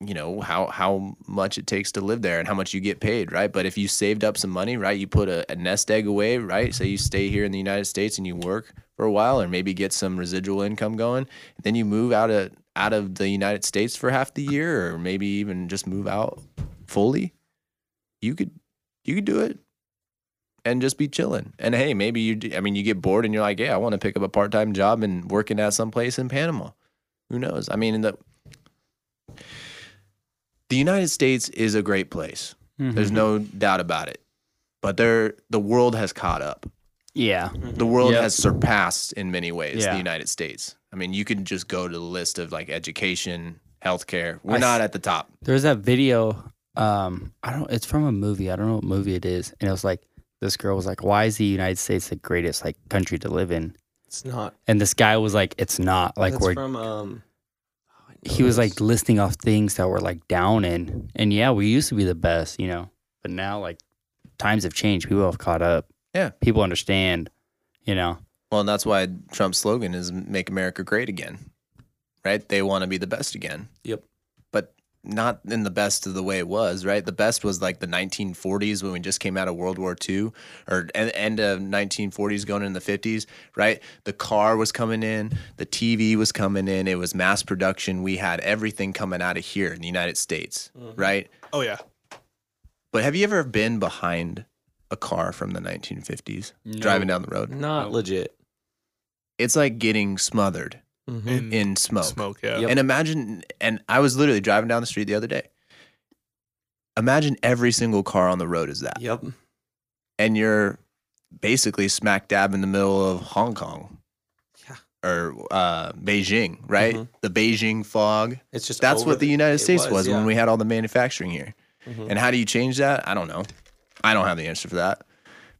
Speaker 4: you know how how much it takes to live there and how much you get paid, right? But if you saved up some money, right, you put a, a nest egg away, right? Say you stay here in the United States and you work for a while, or maybe get some residual income going, then you move out of out of the United States for half the year, or maybe even just move out fully. You could you could do it and just be chilling. And hey, maybe you, d- I mean, you get bored and you're like, yeah, I want to pick up a part time job and working at someplace in Panama. Who knows? I mean, in the, the United States is a great place.
Speaker 2: Mm-hmm.
Speaker 4: There's no doubt about it. But there, the world has caught up.
Speaker 2: yeah.
Speaker 4: The world
Speaker 2: Yep.
Speaker 4: has surpassed in many ways
Speaker 2: Yeah.
Speaker 4: the United States. I mean, you can just go to the list of like education, healthcare. We're
Speaker 2: I
Speaker 4: not
Speaker 2: s-
Speaker 4: at the top.
Speaker 2: There's that video. Um, I don't. It's from a movie. I don't know what movie it is. And it was like this girl was like, "Why is the United States the greatest like country to live in?"
Speaker 3: It's not.
Speaker 2: And this guy was like, "It's not like
Speaker 3: Like
Speaker 2: we're."
Speaker 3: from um. oh, I know
Speaker 2: he was
Speaker 3: this.
Speaker 2: like listing off things that were like down in, and yeah, we used to be the best, you know, but now like times have changed. People have caught up.
Speaker 4: Yeah.
Speaker 2: people understand. You know.
Speaker 4: Well, and that's why Trump's slogan is "Make America Great Again," right? They want to be the best again.
Speaker 3: Yep.
Speaker 4: But not in the best of the way it was, right? The best was like the 1940s when we just came out of World War II, or en- end of 1940s, going in the 50s, right? The car was coming in, the TV was coming in, it was mass production. We had everything coming out of here in the United States, right?
Speaker 1: Oh yeah.
Speaker 4: But have you ever been behind a car from the 1950s driving down the road?
Speaker 3: not legit.
Speaker 4: It's like getting smothered
Speaker 3: Mhm.
Speaker 1: And
Speaker 4: in smoke.
Speaker 1: smoke. Yeah.
Speaker 3: Yep.
Speaker 4: And imagine, and I was literally driving down the street the other day. Imagine every single car on the road is that.
Speaker 3: Yep.
Speaker 4: And you're basically smack dab in the middle of Hong Kong
Speaker 3: Yeah.
Speaker 4: or uh, Beijing, right?
Speaker 3: Mhm.
Speaker 4: The Beijing fog.
Speaker 3: It's just
Speaker 4: That's
Speaker 3: over
Speaker 4: what the United
Speaker 3: it
Speaker 4: States was,
Speaker 3: yeah.
Speaker 4: when we had all the manufacturing here.
Speaker 3: Mhm.
Speaker 4: And how do you change that? I don't know. I don't have the answer for that.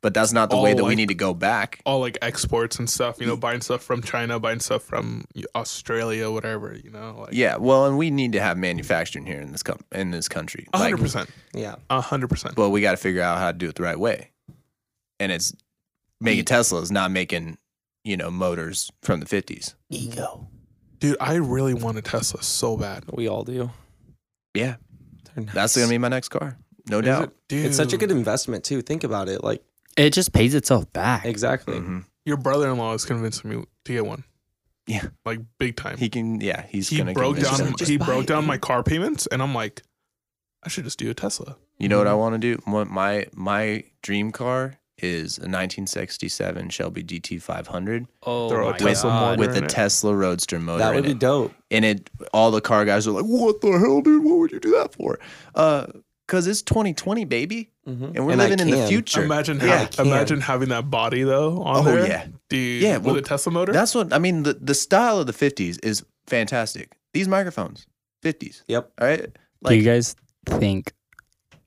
Speaker 4: But that's not the way
Speaker 1: Oh,
Speaker 4: that we
Speaker 1: like-
Speaker 4: need to go back.
Speaker 3: Oh,
Speaker 1: All like exports and stuff. You know, buying stuff from China, buying stuff from Australia, whatever. You know. Like,
Speaker 4: Yeah, well, and we need to have manufacturing here in this com- in this country.
Speaker 1: A
Speaker 4: Like,
Speaker 1: hundred percent.
Speaker 3: yeah.
Speaker 1: A hundred percent.
Speaker 4: but we got to figure out how to do it the right way. And it's making
Speaker 1: Mm.
Speaker 4: Teslas, not making you know motors from the fifties.
Speaker 2: Ego.
Speaker 1: Dude, I really want a Tesla so bad.
Speaker 3: We all do.
Speaker 4: Yeah,
Speaker 3: They're nice.
Speaker 4: that's gonna be my next car, no
Speaker 1: Is
Speaker 4: doubt.
Speaker 1: it? Dude,
Speaker 3: It's such a good investment too. Think about it. Like
Speaker 2: It just pays itself back.
Speaker 3: exactly.
Speaker 4: Mhm.
Speaker 1: Your brother-in-law is convincing me to get one.
Speaker 4: Yeah.
Speaker 1: Like big time.
Speaker 4: He can, yeah, he's
Speaker 1: he
Speaker 4: gonna
Speaker 1: broke
Speaker 4: convince
Speaker 1: down
Speaker 4: everybody.
Speaker 1: he broke down my car payments and I'm like, I should just do a Tesla.
Speaker 4: You know what I want to do? What my my dream car is a 1967 Shelby GT500
Speaker 2: Oh
Speaker 1: Throw a
Speaker 2: my
Speaker 1: Tesla
Speaker 2: God.
Speaker 1: motor
Speaker 4: with a
Speaker 1: in it.
Speaker 4: Tesla Roadster motor.
Speaker 3: That would
Speaker 4: in
Speaker 3: be
Speaker 4: it.
Speaker 3: dope.
Speaker 4: and it all the car guys are like, "What the hell, dude? What would you do that for?" Uh, cause it's 2020, baby, and we're
Speaker 3: And I
Speaker 4: living in the
Speaker 3: can.
Speaker 4: future.
Speaker 1: Imagine
Speaker 4: Yeah,
Speaker 1: ha- imagine having that body though on
Speaker 4: Oh,
Speaker 1: there.
Speaker 4: yeah.
Speaker 1: Dude,
Speaker 4: Yeah, well,
Speaker 1: with a Tesla motor?
Speaker 4: That's what I mean. The the style of the 50s is fantastic. These microphones, 50s.
Speaker 3: Yep.
Speaker 4: All right,
Speaker 2: Do you
Speaker 4: like
Speaker 2: guys think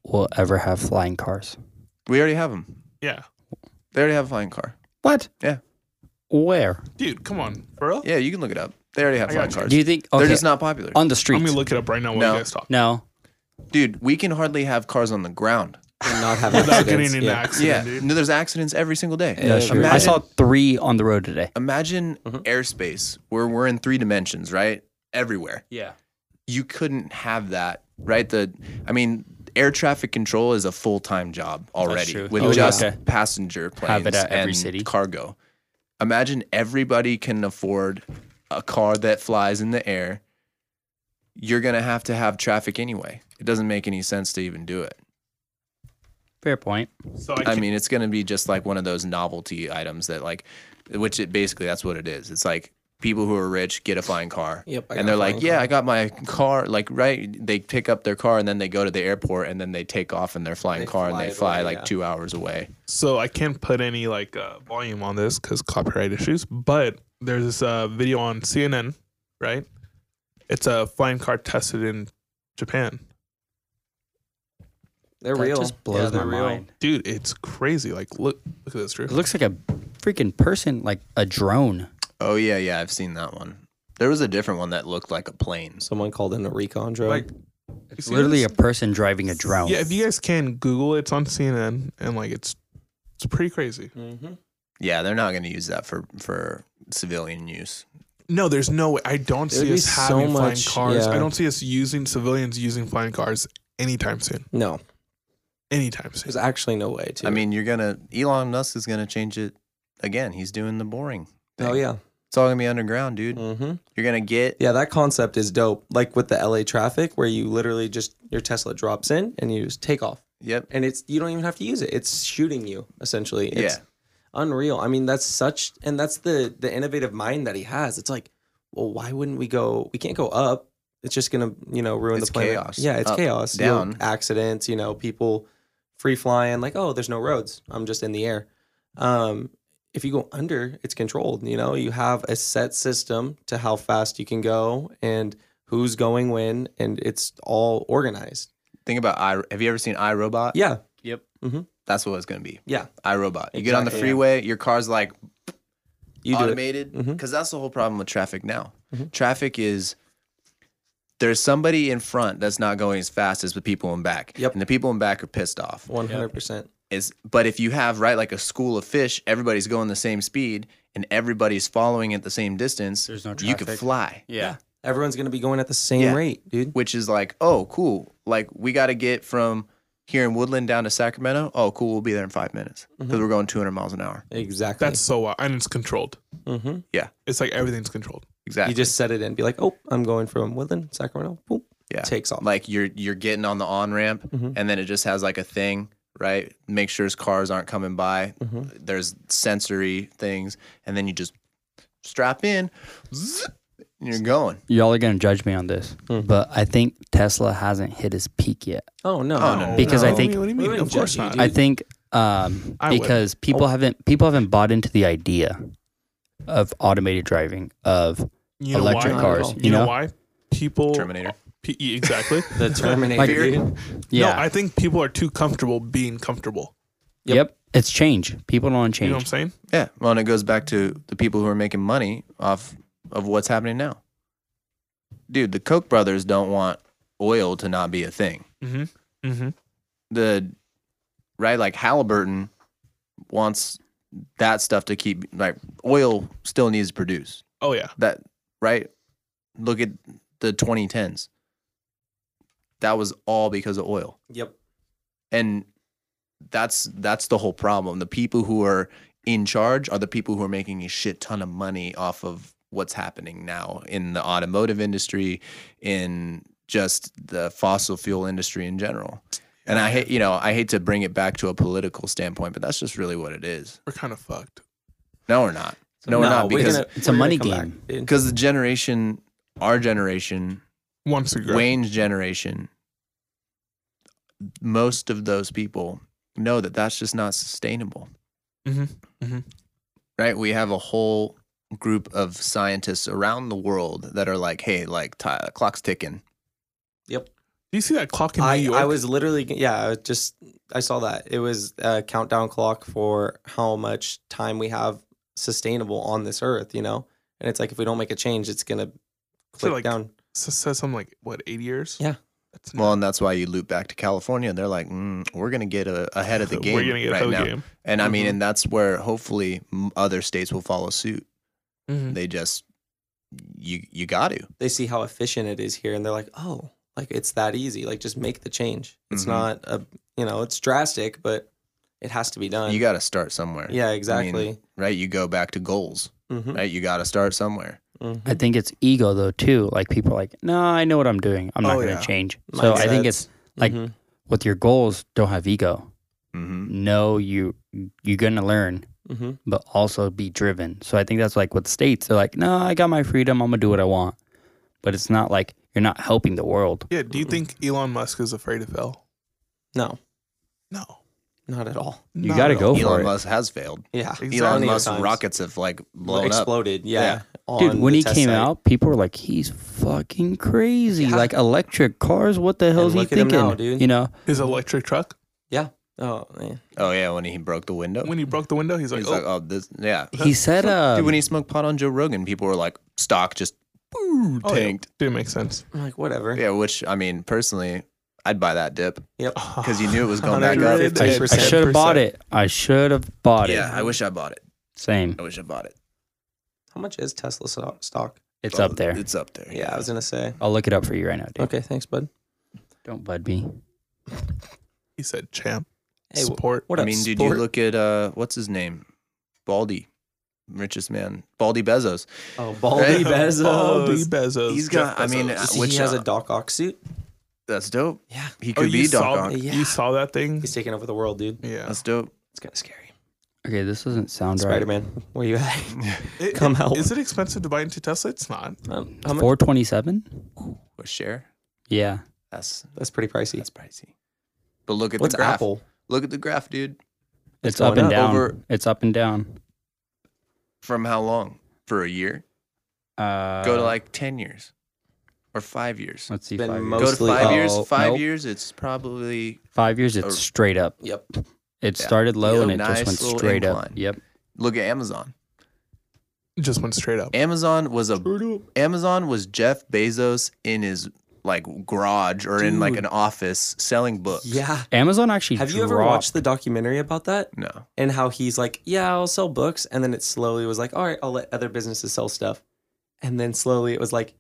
Speaker 2: we'll ever have flying cars?
Speaker 4: we already have them.
Speaker 1: yeah.
Speaker 4: They already have a flying car.
Speaker 2: What?
Speaker 4: Yeah.
Speaker 2: Where?
Speaker 1: Dude, come on. For real?
Speaker 4: Yeah, you can look it up. They already have
Speaker 1: I
Speaker 4: flying
Speaker 1: got you.
Speaker 4: cars.
Speaker 2: Do you think okay,
Speaker 4: They're just not popular,
Speaker 2: on the
Speaker 1: I'm
Speaker 2: street?
Speaker 1: gonna look it up right now while
Speaker 4: No.
Speaker 1: you guys talk.
Speaker 2: no.
Speaker 4: dude. We can hardly have cars on the ground.
Speaker 3: And not have
Speaker 1: Without
Speaker 3: accidents.
Speaker 1: getting in an
Speaker 3: yeah.
Speaker 1: accident,
Speaker 4: Yeah,
Speaker 1: dude.
Speaker 4: no, there's accidents every single day.
Speaker 2: Yeah, Mm-hmm. sure. I
Speaker 4: Imagine-
Speaker 2: saw three on the road today.
Speaker 4: imagine airspace where we're in three dimensions, right? Everywhere.
Speaker 2: Yeah.
Speaker 4: You couldn't have that, right? The I mean, air traffic control is a full time job already
Speaker 2: true.
Speaker 4: with
Speaker 2: Oh,
Speaker 4: just
Speaker 2: yeah.
Speaker 4: passenger planes
Speaker 2: Have it at
Speaker 4: and
Speaker 2: every city.
Speaker 4: cargo. Imagine everybody can afford a car that flies in the air. You're gonna have to have traffic anyway. It doesn't make any sense to even do it.
Speaker 2: Fair point.
Speaker 1: So
Speaker 4: I
Speaker 1: I, mean
Speaker 4: mean, it's going to be just like one of those novelty items that, like, which it basically that's what it is. It's like people who are rich get a flying car.
Speaker 3: Yep, I got
Speaker 4: and they're
Speaker 3: a
Speaker 4: like,
Speaker 3: flying
Speaker 4: yeah,
Speaker 3: car."
Speaker 4: I got my car. Like, right? They pick up their car and then they go to the airport and then they take off in their flying
Speaker 3: They
Speaker 4: car
Speaker 3: fly
Speaker 4: and they
Speaker 3: it
Speaker 4: fly
Speaker 3: away,
Speaker 4: like
Speaker 3: yeah.
Speaker 4: two hours away.
Speaker 1: so I can't put any like uh, volume on this because copyright issues, but there's this uh, video on CNN, right? It's a flying car tested in Japan.
Speaker 3: They're
Speaker 2: That
Speaker 3: real.
Speaker 2: just blows
Speaker 3: yeah,
Speaker 2: my
Speaker 3: they're real.
Speaker 2: mind.
Speaker 1: Dude, it's crazy. Like look look at this, Drew.
Speaker 2: It looks like a freaking person, like a drone.
Speaker 4: Oh yeah, yeah, I've seen that one. There was a different one that looked like a plane. So
Speaker 3: Someone called in a recon drone.
Speaker 1: Like
Speaker 2: It's literally a person driving a
Speaker 1: a
Speaker 2: drone.
Speaker 1: Yeah, if you guys can Google it, it's on CNN and like it's it's pretty crazy.
Speaker 3: mm-hmm.
Speaker 4: yeah, they're not going to use that for for civilian use.
Speaker 1: No, there's no way. I don't
Speaker 3: There would
Speaker 1: see
Speaker 3: be
Speaker 1: us
Speaker 3: so
Speaker 1: having
Speaker 3: much-
Speaker 1: flying cars.
Speaker 3: yeah.
Speaker 1: I don't see us using civilians using flying cars anytime soon.
Speaker 3: No,
Speaker 1: Anytime soon.
Speaker 3: there's actually no way to.
Speaker 4: I mean, you're gonna Elon Musk is gonna change it again. He's doing the boring. Thing.
Speaker 3: oh yeah,
Speaker 4: it's all gonna be underground, dude.
Speaker 3: hmm
Speaker 4: You're gonna get
Speaker 3: yeah, that concept is dope. Like with the LA traffic, where you literally just your Tesla drops in and you just take off,
Speaker 4: yep.
Speaker 3: and it's you don't even have to use it. It's shooting you essentially. It's
Speaker 4: Yeah.
Speaker 3: unreal. I mean, that's such, and that's the the innovative mind that he has. It's like, well, why wouldn't we go? We can't go up. It's just gonna, you know, ruin
Speaker 4: It's
Speaker 3: the planet.
Speaker 4: chaos.
Speaker 3: Yeah, it's
Speaker 4: Up,
Speaker 3: chaos. You'll-
Speaker 4: down.
Speaker 3: accidents. You know, people free flying. Like, oh, there's no roads. I'm just in the air. Um, if you go under, it's controlled. You know, you have a set system to how fast you can go and who's going when, and it's all organized.
Speaker 4: Think about I. Have you ever seen iRobot?
Speaker 3: Yeah,
Speaker 4: That's what it's gonna be.
Speaker 3: yeah.
Speaker 4: iRobot. You get on the
Speaker 3: Exactly, yeah.
Speaker 4: freeway, your car's like
Speaker 3: You do it.
Speaker 4: automated because
Speaker 3: Mhm.
Speaker 4: that's the whole problem with traffic now.
Speaker 3: Mhm.
Speaker 4: Traffic is there's somebody in front that's not going as fast as the people in back.
Speaker 3: Yep.
Speaker 4: And the people in back are pissed off.
Speaker 3: One hundred percent.
Speaker 4: Is but if you have right like a school of fish, everybody's going the same speed and everybody's following at the same distance.
Speaker 2: There's no
Speaker 4: You could
Speaker 2: traffic.
Speaker 4: fly.
Speaker 2: Yeah.
Speaker 3: Everyone's gonna be going at the same
Speaker 4: Yeah.
Speaker 3: rate, dude.
Speaker 4: Which is like, oh, cool. Like we got to get from here in Woodland down to Sacramento. Oh, cool. We'll be there in five minutes because
Speaker 3: Mm-hmm.
Speaker 4: we're going 200 miles an hour.
Speaker 3: Exactly.
Speaker 1: That's so wild. And it's controlled.
Speaker 3: hmm
Speaker 1: It's like everything's controlled.
Speaker 4: Mm-hmm. Exactly.
Speaker 3: You just set it in, be like, oh, I'm going from Woodland, Sacramento. Boop.
Speaker 4: yeah.
Speaker 3: Takes off.
Speaker 4: like you're you're getting on the on ramp
Speaker 3: Mhm.
Speaker 4: and then it just has like a thing right make sure his cars aren't coming by
Speaker 3: Mhm.
Speaker 4: there's sensory things and then you just strap in zzzp, and you're going
Speaker 2: Y'all are gonna judge me on this,
Speaker 3: Hmm.
Speaker 2: but I think Tesla hasn't hit his peak yet.
Speaker 3: Oh no.
Speaker 4: Oh, no, no,
Speaker 2: Because I
Speaker 1: what do
Speaker 2: think-
Speaker 1: you- What do you
Speaker 3: We
Speaker 1: mean?
Speaker 3: wouldn't
Speaker 1: Of course
Speaker 3: judge you,
Speaker 1: not.
Speaker 3: dude.
Speaker 2: I think um,
Speaker 1: I would.
Speaker 2: because people haven't people haven't bought into the idea of automated driving of
Speaker 1: You know
Speaker 2: electric
Speaker 1: why?
Speaker 2: cars,
Speaker 1: You,
Speaker 2: you
Speaker 1: know
Speaker 2: know?
Speaker 1: why? People.
Speaker 4: terminator
Speaker 1: P- yeah, exactly.
Speaker 3: The Terminator.
Speaker 2: Like-
Speaker 3: dude.
Speaker 2: yeah.
Speaker 1: No, I think people are too comfortable being comfortable.
Speaker 2: yep. It's change. People don't want
Speaker 1: You
Speaker 2: change.
Speaker 1: know what I'm saying?
Speaker 4: yeah well and it goes back to the people who are making money off of what's happening now dude the koch brothers don't want oil to not be a thing
Speaker 1: Mm-hmm. Mm-hmm.
Speaker 4: the right like Halliburton wants that stuff to keep like oil still needs to produce
Speaker 1: Oh yeah.
Speaker 4: that right look at the 2010s that was all because of oil
Speaker 3: Yep.
Speaker 4: and that's that's the whole problem the people who are in charge are the people who are making a shit ton of money off of what's happening now in the automotive industry in just the fossil fuel industry in general and i hate you know i hate to bring it back to a political standpoint but that's just really what it is
Speaker 1: We're kind of fucked.
Speaker 4: no we're not no, we're not
Speaker 3: we're
Speaker 4: because
Speaker 3: gonna-
Speaker 2: it's a
Speaker 3: we're gonna
Speaker 2: money
Speaker 3: come
Speaker 2: game.
Speaker 3: back, dude.
Speaker 4: because the generation our generation
Speaker 1: Once again.
Speaker 4: Wayne's generation, most of those people know that that's just not sustainable.
Speaker 1: Mhm, mhm.
Speaker 4: Right? We have a whole group of scientists around the world that are like, hey, like ti clock's ticking.
Speaker 1: Do you see that clock in New
Speaker 3: I,
Speaker 1: York?
Speaker 3: I was literally yeah, I was just I saw that. It was a countdown clock for how much time we have sustainable on this earth, you know? And it's like if we don't make a change, it's gonna click
Speaker 1: like-
Speaker 3: down.
Speaker 1: S- says something like what eight years?
Speaker 3: Yeah.
Speaker 1: That's
Speaker 4: Well, and that's why you loop back to California. They're like, mm, we're going to get a, ahead of the game
Speaker 1: We're gonna get
Speaker 4: right
Speaker 1: ahead of
Speaker 4: now.
Speaker 1: the game. Mm-hmm.
Speaker 4: And I mean,
Speaker 3: Mhm.
Speaker 4: and that's where hopefully m- other states will follow suit.
Speaker 1: Mhm.
Speaker 4: They just, you you got to.
Speaker 3: They see how efficient it is here and they're like, Oh, like it's that easy. Like just make the change. It's
Speaker 4: Mhm.
Speaker 3: not a you know, it's drastic, but it has to be done.
Speaker 4: You got to start somewhere. I
Speaker 3: Yeah,
Speaker 4: mean,
Speaker 3: exactly.
Speaker 4: right? You go back to goals.
Speaker 3: hmm
Speaker 4: right? You got to start somewhere.
Speaker 3: mm-hmm,
Speaker 2: I think it's ego though too. Like people are like, no, I know what I'm doing. I'm not
Speaker 1: Oh,
Speaker 2: gonna
Speaker 1: yeah.
Speaker 2: change. So I think it's like-
Speaker 3: mm-hmm,
Speaker 2: with your goals, don't have ego.
Speaker 4: Mm-hmm.
Speaker 2: No, you you're gonna learn,
Speaker 3: hmm
Speaker 2: but also be driven. So I think that's like what states are like, no, I got my freedom, I'm gonna do what I want. But it's not like you're not helping the world.
Speaker 1: Yeah. Do you think Elon Musk is afraid to fail?
Speaker 3: no,
Speaker 1: No.
Speaker 3: not at all.
Speaker 2: You
Speaker 1: Not
Speaker 2: gotta
Speaker 1: at
Speaker 2: go
Speaker 1: all.
Speaker 2: for
Speaker 4: Elon
Speaker 2: it.
Speaker 4: Musk has failed.
Speaker 3: Yeah.
Speaker 4: Elon
Speaker 3: Plenty of
Speaker 4: Musk's
Speaker 3: times.
Speaker 4: rockets have like blown up.
Speaker 3: exploded. Yeah.
Speaker 2: Dude,
Speaker 3: on
Speaker 2: when
Speaker 3: the
Speaker 2: he
Speaker 3: test
Speaker 2: came
Speaker 3: site.
Speaker 2: out, people were like, "He's fucking crazy!
Speaker 3: Yeah.
Speaker 2: Like electric cars, what the hell's he
Speaker 3: look at him
Speaker 2: thinking?"
Speaker 3: now, dude.
Speaker 2: You know,
Speaker 1: His electric truck.
Speaker 3: Oh man.
Speaker 4: Oh yeah, when he broke the window,
Speaker 1: When he broke the window, he's like,
Speaker 4: he's
Speaker 1: oh,
Speaker 4: like, "Oh, this, yeah."
Speaker 2: he said, uh,
Speaker 4: Dude, when he smoked pot on Joe Rogan, people were like, "Stock just ooh,
Speaker 1: oh, yeah.
Speaker 4: tanked."
Speaker 1: Didn't make sense.
Speaker 3: I'm like, whatever.
Speaker 4: yeah. which I mean, personally, I'd buy that dip
Speaker 3: Yep.
Speaker 4: because you knew it was going back up.
Speaker 3: 150%.
Speaker 2: I,
Speaker 3: Dude,
Speaker 2: I should have bought it. I should have bought
Speaker 4: Yeah,
Speaker 2: it.
Speaker 4: I wish I bought it.
Speaker 2: Same.
Speaker 4: I wish I bought it.
Speaker 3: How How much is Tesla so- stock?
Speaker 2: It's up there.
Speaker 4: It's up there.
Speaker 3: Yeah, I was gonna say.
Speaker 2: I'll look it up for you right now, dude.
Speaker 3: Okay, thanks, bud.
Speaker 2: Don't bud me.
Speaker 1: He said, "Champ,
Speaker 3: Hey, wh-
Speaker 1: support."
Speaker 3: What
Speaker 4: I
Speaker 3: up,
Speaker 4: mean, did you
Speaker 3: sport?
Speaker 4: look at uh, what's his name? Baldy, richest man, Baldy Bezos.
Speaker 3: Oh, Baldy
Speaker 4: Right?
Speaker 3: Bezos.
Speaker 1: Baldy Bezos.
Speaker 4: He's
Speaker 1: Jeff
Speaker 4: got. I mean,
Speaker 1: Bezos.
Speaker 3: You see
Speaker 4: which
Speaker 3: he has
Speaker 4: uh,
Speaker 3: a Doc Ock suit.
Speaker 4: That's dope.
Speaker 3: Yeah,
Speaker 4: He
Speaker 1: Oh,
Speaker 4: could
Speaker 1: you
Speaker 4: be Doc
Speaker 1: saw-
Speaker 4: Ock.
Speaker 3: Yeah.
Speaker 1: you saw that thing?
Speaker 3: he's taking over the world, dude.
Speaker 1: Yeah,
Speaker 4: That's dope.
Speaker 3: It's kind of scary.
Speaker 2: Okay, this doesn't sound
Speaker 3: Spider Man, where you at?
Speaker 1: It-
Speaker 3: Come help.
Speaker 1: Is it expensive to buy into Tesla? It's not.
Speaker 3: Um, how
Speaker 2: right.
Speaker 3: much?
Speaker 2: Four twenty seven.
Speaker 4: A share.
Speaker 2: Yeah.
Speaker 4: That's
Speaker 3: That's pretty pricey.
Speaker 4: that's pricey. But look at
Speaker 3: What's
Speaker 4: the graph.
Speaker 3: Apple?
Speaker 4: Look at the graph, dude.
Speaker 2: It's,
Speaker 3: going
Speaker 2: up and
Speaker 3: up.
Speaker 2: down.
Speaker 4: Over-
Speaker 2: It's up and down.
Speaker 4: From how long? For a year?
Speaker 2: Uh,
Speaker 4: Go to like ten years, or five years.
Speaker 2: let's see.
Speaker 3: Been
Speaker 2: Five
Speaker 3: most-
Speaker 2: years.
Speaker 4: Go to
Speaker 3: mostly
Speaker 4: five
Speaker 3: up.
Speaker 4: years. Five
Speaker 2: Nope.
Speaker 4: years. It's probably
Speaker 2: Five years. It's
Speaker 4: Oh.
Speaker 2: straight up.
Speaker 3: Yep.
Speaker 2: It
Speaker 4: Yeah.
Speaker 2: started low
Speaker 4: Yeah,
Speaker 2: and it
Speaker 4: nice
Speaker 2: just went
Speaker 4: little
Speaker 2: straight up.
Speaker 4: incline.
Speaker 2: Yep.
Speaker 4: look at Amazon.
Speaker 1: It just went straight up.
Speaker 4: Amazon was a
Speaker 1: Straight up.
Speaker 4: Amazon was Jeff Bezos in his like garage or in like an
Speaker 3: Dude.
Speaker 4: office selling books.
Speaker 3: Yeah.
Speaker 2: Amazon actually.
Speaker 3: Have you ever watched the documentary about that?
Speaker 4: No.
Speaker 3: And how he's like, yeah, I'll sell books, and then it slowly was like, all right, I'll let other businesses sell stuff, and then slowly it was like,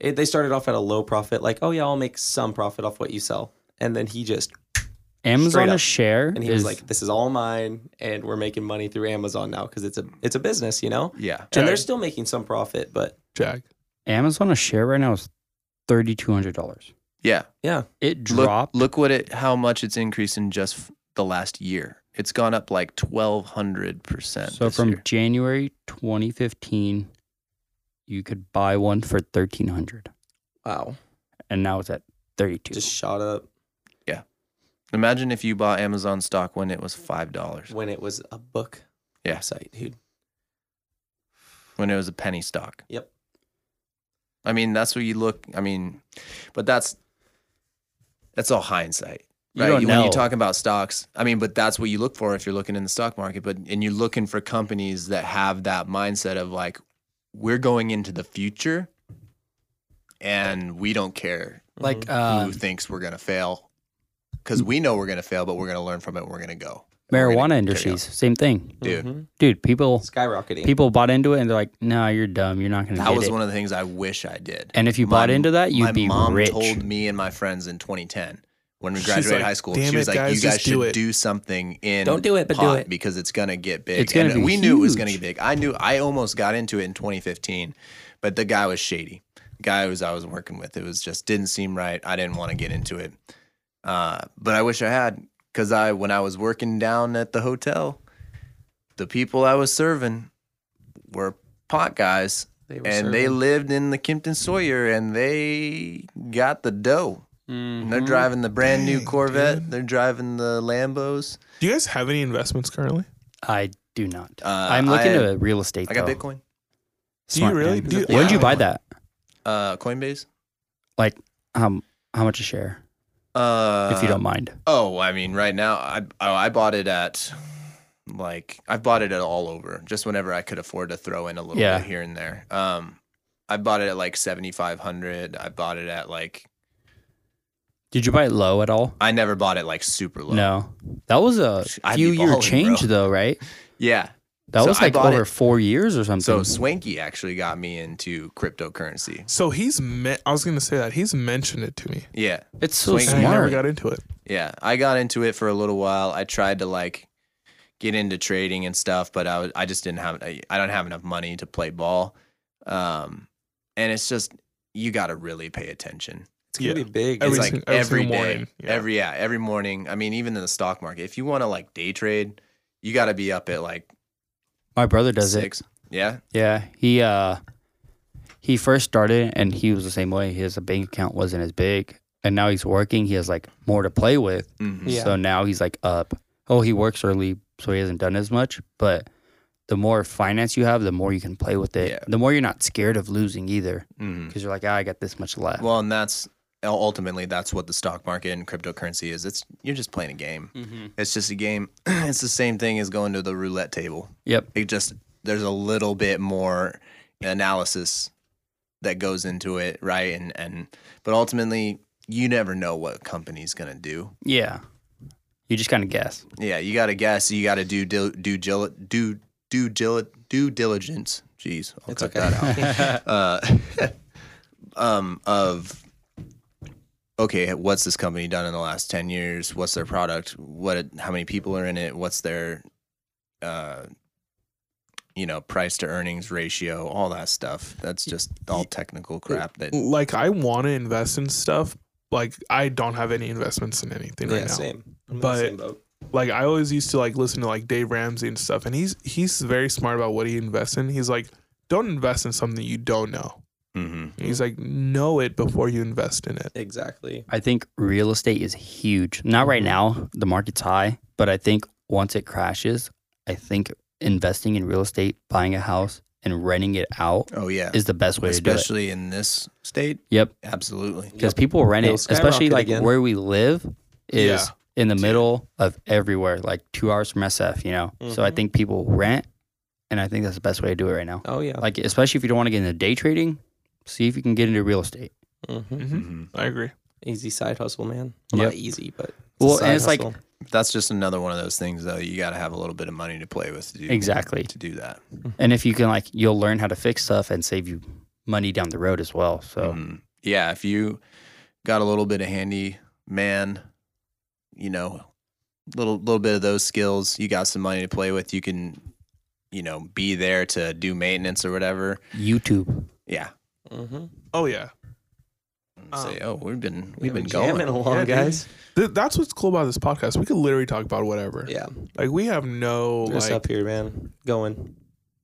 Speaker 3: it, they started off at a low profit, like, oh yeah, I'll make some profit off what you sell, and then he just straight
Speaker 2: Amazon a
Speaker 3: up.
Speaker 2: share
Speaker 3: and he
Speaker 2: is
Speaker 3: was like, this is all mine, and we're making money through Amazon now because it's a it's a business, you know,
Speaker 4: Yeah.
Speaker 3: and they're
Speaker 1: Jack.
Speaker 3: still making some profit, but
Speaker 1: Jack.
Speaker 2: Amazon a share right now is thirty two hundred dollars.
Speaker 4: Yeah.
Speaker 2: It
Speaker 4: Look,
Speaker 2: dropped.
Speaker 4: look what it how much it's increased in just f- the last year. It's gone up like twelve hundred percent.
Speaker 2: So from January 2015, you could buy one for 1300
Speaker 3: wow,
Speaker 2: and now it's at 32.
Speaker 3: just shot up
Speaker 4: imagine if you bought Amazon stock when it was five dollars,
Speaker 3: when it was a book
Speaker 4: Yeah.
Speaker 3: website, dude.
Speaker 4: when it was a penny stock.
Speaker 3: Yep.
Speaker 4: I mean, that's what you look. I mean, but that's that's all hindsight.
Speaker 2: You
Speaker 4: right?
Speaker 2: don't
Speaker 4: When
Speaker 2: know.
Speaker 4: you're talking about stocks, I mean, but that's what you look for if you're looking in the stock market. But and you're looking for companies that have that mindset of like, we're going into the future, and we don't care
Speaker 2: like
Speaker 4: who
Speaker 2: uh,
Speaker 4: thinks we're gonna fail, because we know we're gonna fail, but we're gonna learn from it. and We're gonna go. We're gonna
Speaker 2: marijuana
Speaker 4: carry
Speaker 2: industries, same thing.
Speaker 4: dude.
Speaker 3: Mhm.
Speaker 2: Dude, people
Speaker 3: skyrocketing.
Speaker 2: people bought into it and they're like, "No, nah, you're dumb. You're not going to
Speaker 4: That
Speaker 2: get
Speaker 4: was
Speaker 2: it."
Speaker 4: one of the things I wish I did.
Speaker 2: and if you
Speaker 4: my-
Speaker 2: bought into that,
Speaker 4: my
Speaker 2: you'd be
Speaker 4: mom
Speaker 2: rich.
Speaker 4: told me and my friends in 2010 when we
Speaker 1: She's
Speaker 4: graduated
Speaker 1: like,
Speaker 4: high school.
Speaker 1: "Damn
Speaker 4: She was
Speaker 1: it,
Speaker 4: like,
Speaker 1: guys,
Speaker 4: "You guys
Speaker 1: just do
Speaker 4: should
Speaker 1: it."
Speaker 4: do something in
Speaker 3: Don't do it, but do
Speaker 4: pot
Speaker 3: it.
Speaker 4: because it's gonna get big."
Speaker 2: It's gonna
Speaker 4: and
Speaker 2: be
Speaker 4: we knew it was
Speaker 2: huge.
Speaker 4: gonna get big. I knew. I almost got into it in 2015, but the guy was shady. The guy was I was working with. It was just didn't seem right. I didn't want to get into it. Uh, but I wish I had because I when I was working down at the hotel, the people I was serving were pot guys
Speaker 3: They were
Speaker 4: and they
Speaker 3: serving.
Speaker 4: lived in the Kempton Sawyer, and they got the dough.
Speaker 1: Mm-hmm.
Speaker 4: And
Speaker 2: Mm-hmm.
Speaker 4: They're
Speaker 3: Mhm.
Speaker 4: driving the brand new
Speaker 1: Dang,
Speaker 4: Corvette.
Speaker 1: dude.
Speaker 4: They're driving the Lambos.
Speaker 1: Do you guys have any investments currently?
Speaker 2: I do not.
Speaker 4: Uh,
Speaker 2: I'm looking
Speaker 4: I,
Speaker 2: at real estate
Speaker 4: I got
Speaker 2: though.
Speaker 4: Bitcoin,
Speaker 1: Do you really?
Speaker 2: man.
Speaker 1: Do you-
Speaker 2: When did you buy
Speaker 4: Bitcoin.
Speaker 2: that?
Speaker 4: uh, Coinbase.
Speaker 2: Um how much a share
Speaker 4: Uh,
Speaker 2: if you don't mind?
Speaker 4: Oh, I mean, right now I oh, I bought it at like I've bought it at all over. Just whenever I could afford to throw in a little
Speaker 2: Yeah.
Speaker 4: bit here and there. Um, I bought it at like seventy five hundred. I bought it at like
Speaker 2: Did you buy it low at all?
Speaker 4: I never bought it like super low.
Speaker 2: No. That was a
Speaker 4: I'd be
Speaker 2: few year
Speaker 4: balling,
Speaker 2: change
Speaker 4: bro.
Speaker 2: though, right?
Speaker 4: Yeah,
Speaker 2: That
Speaker 4: So
Speaker 2: was
Speaker 4: I
Speaker 2: like
Speaker 4: bought
Speaker 2: over
Speaker 4: it-
Speaker 2: four years or something.
Speaker 4: So Swanky actually got me into cryptocurrency.
Speaker 1: So he's. Me- I was gonna say that he's mentioned it to me.
Speaker 4: Yeah,
Speaker 2: it's so
Speaker 4: Swing-
Speaker 1: And I never
Speaker 2: smart.
Speaker 1: got into it.
Speaker 4: yeah. I got into it for a little while. I tried to like get into trading and stuff, but I was, I just didn't have I I don't have enough money to play ball. Um, and it's just you got to really pay attention.
Speaker 3: it's gonna
Speaker 1: Yeah.
Speaker 3: be big.
Speaker 1: Every
Speaker 4: It's like
Speaker 3: It's
Speaker 1: sing- every
Speaker 4: every
Speaker 1: single
Speaker 4: day,
Speaker 1: morning. Yeah.
Speaker 4: every yeah, every morning. I mean, even in the stock market, if you want to like day trade, you got to be up at like
Speaker 2: My brother does it.
Speaker 4: six. Yeah,
Speaker 2: Yeah, he uh he first started and he was the same way. His bank account wasn't as big, and now he's working. He has like more to play with,
Speaker 4: Mhm.
Speaker 3: Yeah.
Speaker 2: so now he's like up. Oh, he works early, so he hasn't done as much. But the more finance you have, the more you can play with it.
Speaker 4: Yeah.
Speaker 2: The more you're not scared of losing either,
Speaker 4: Mhm.
Speaker 2: because you're like, ah, I got this much left.
Speaker 4: Well, and that's ultimately that's what the stock market and cryptocurrency is. It's you're just playing a game.
Speaker 3: Mm-hmm.
Speaker 4: It's just a game. it's the same thing as going to the roulette table.
Speaker 2: yep.
Speaker 4: It just there's a little bit more analysis that goes into it, right? And and but ultimately you never know what a company's going to do.
Speaker 2: Yeah. You just kind of guess.
Speaker 4: Yeah, you got to guess, you got to do due due, due due, dil- due diligence. Jeez, I'll
Speaker 3: It's
Speaker 4: cut
Speaker 3: okay.
Speaker 4: that out uh, um, of okay, what's this company done in the last ten years? What's their product? What? How many people are in it? What's their, uh, you know, price to earnings ratio? All that stuff. That's just all technical crap. That
Speaker 1: Like I want to invest in stuff. Like I don't have any investments in anything right
Speaker 3: yeah,
Speaker 1: now.
Speaker 3: same. I'm in the
Speaker 1: But-
Speaker 3: same boat.
Speaker 1: like I always used to like listen to like Dave Ramsey and stuff, and he's he's very smart about what he invests in. He's like, don't invest in something you don't know.
Speaker 4: Mhm.
Speaker 1: He's
Speaker 3: Mm-hmm.
Speaker 1: like, know it before you invest in it.
Speaker 3: exactly.
Speaker 2: I think real estate is huge. Not right now, the market's high, but I think once it crashes, I think investing in real estate, buying a house, and renting it out
Speaker 4: oh yeah,
Speaker 2: is the best way to do
Speaker 4: especially in this state.
Speaker 2: it. Yep.
Speaker 4: Absolutely.
Speaker 2: Because people rent it,
Speaker 3: It'll
Speaker 2: especially
Speaker 3: skyrocket
Speaker 2: like
Speaker 3: again.
Speaker 2: where we live is
Speaker 1: Yeah.
Speaker 2: in the middle of everywhere, like two hours from SF, you know? So I
Speaker 3: Mhm.
Speaker 2: think people rent, and I think that's the best way to do it right now.
Speaker 3: Oh yeah.
Speaker 2: Like, especially if you don't want to get into day trading, see if you can get into real estate.
Speaker 1: mm-hmm.
Speaker 3: Mhm.
Speaker 2: Mm-hmm.
Speaker 4: Mhm.
Speaker 1: I agree.
Speaker 3: Easy side hustle, man.
Speaker 2: Yep.
Speaker 3: Not easy, but it's a
Speaker 2: Well, and
Speaker 3: side
Speaker 2: it's like-
Speaker 3: hustle.
Speaker 4: That's just another one of those things, though. You got to have a little bit of money to play with. To do,
Speaker 2: Exactly.
Speaker 4: To do that.
Speaker 2: And if you can, like, you'll learn how to fix stuff and save you money down the road as well. So,
Speaker 4: Mhm. yeah, if you got a little bit of handy man, you know, little little bit of those skills, you got some money to play with, you can, you know, be there to do maintenance or whatever.
Speaker 2: YouTube.
Speaker 4: Yeah.
Speaker 3: Mhm.
Speaker 1: Oh yeah, Um,
Speaker 4: Say, oh, we've been we've
Speaker 3: We've
Speaker 4: been
Speaker 3: been
Speaker 4: going.
Speaker 3: jamming along,
Speaker 1: Yeah, dude.
Speaker 3: guys.
Speaker 1: Th- that's what's cool about this podcast. We could literally talk about whatever.
Speaker 3: Yeah,
Speaker 1: Like we have no
Speaker 3: it's
Speaker 1: like.
Speaker 3: up here, man. Going.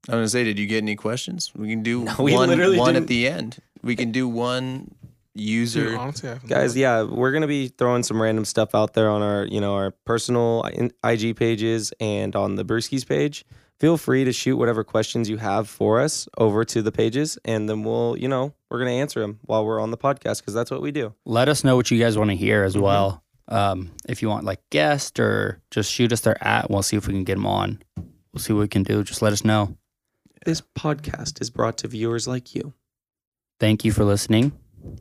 Speaker 4: I'm gonna say, did you get any questions? We can do
Speaker 3: No, we
Speaker 4: one
Speaker 3: literally
Speaker 4: one at
Speaker 3: didn't-
Speaker 4: the end. We can do one
Speaker 1: Dude,
Speaker 4: user.
Speaker 1: honestly, I haven't
Speaker 3: guys
Speaker 1: looked.
Speaker 3: yeah we're gonna be throwing some random stuff out there on our you know our personal I- ig pages and on the brewskis page feel free to shoot whatever questions you have for us over to the pages and then we'll you know we're gonna answer them while we're on the podcast because that's what we do
Speaker 2: Let us know what you guys want to hear as well. Um, if you want, like, guest or just shoot us their at, we'll see if we can get them on. We'll see what we can do. Just let us know.
Speaker 3: this podcast is brought to viewers like you
Speaker 2: Thank you for listening.
Speaker 3: i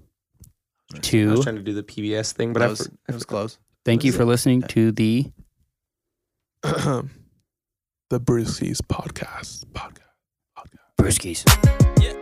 Speaker 3: was
Speaker 2: To
Speaker 3: trying to do the pbs thing but
Speaker 4: That
Speaker 3: i
Speaker 4: was,
Speaker 3: for-
Speaker 4: that was close.
Speaker 2: thank you for listening to the
Speaker 1: the Brucey's podcast. Podcast.
Speaker 2: Brewskis.
Speaker 3: yeah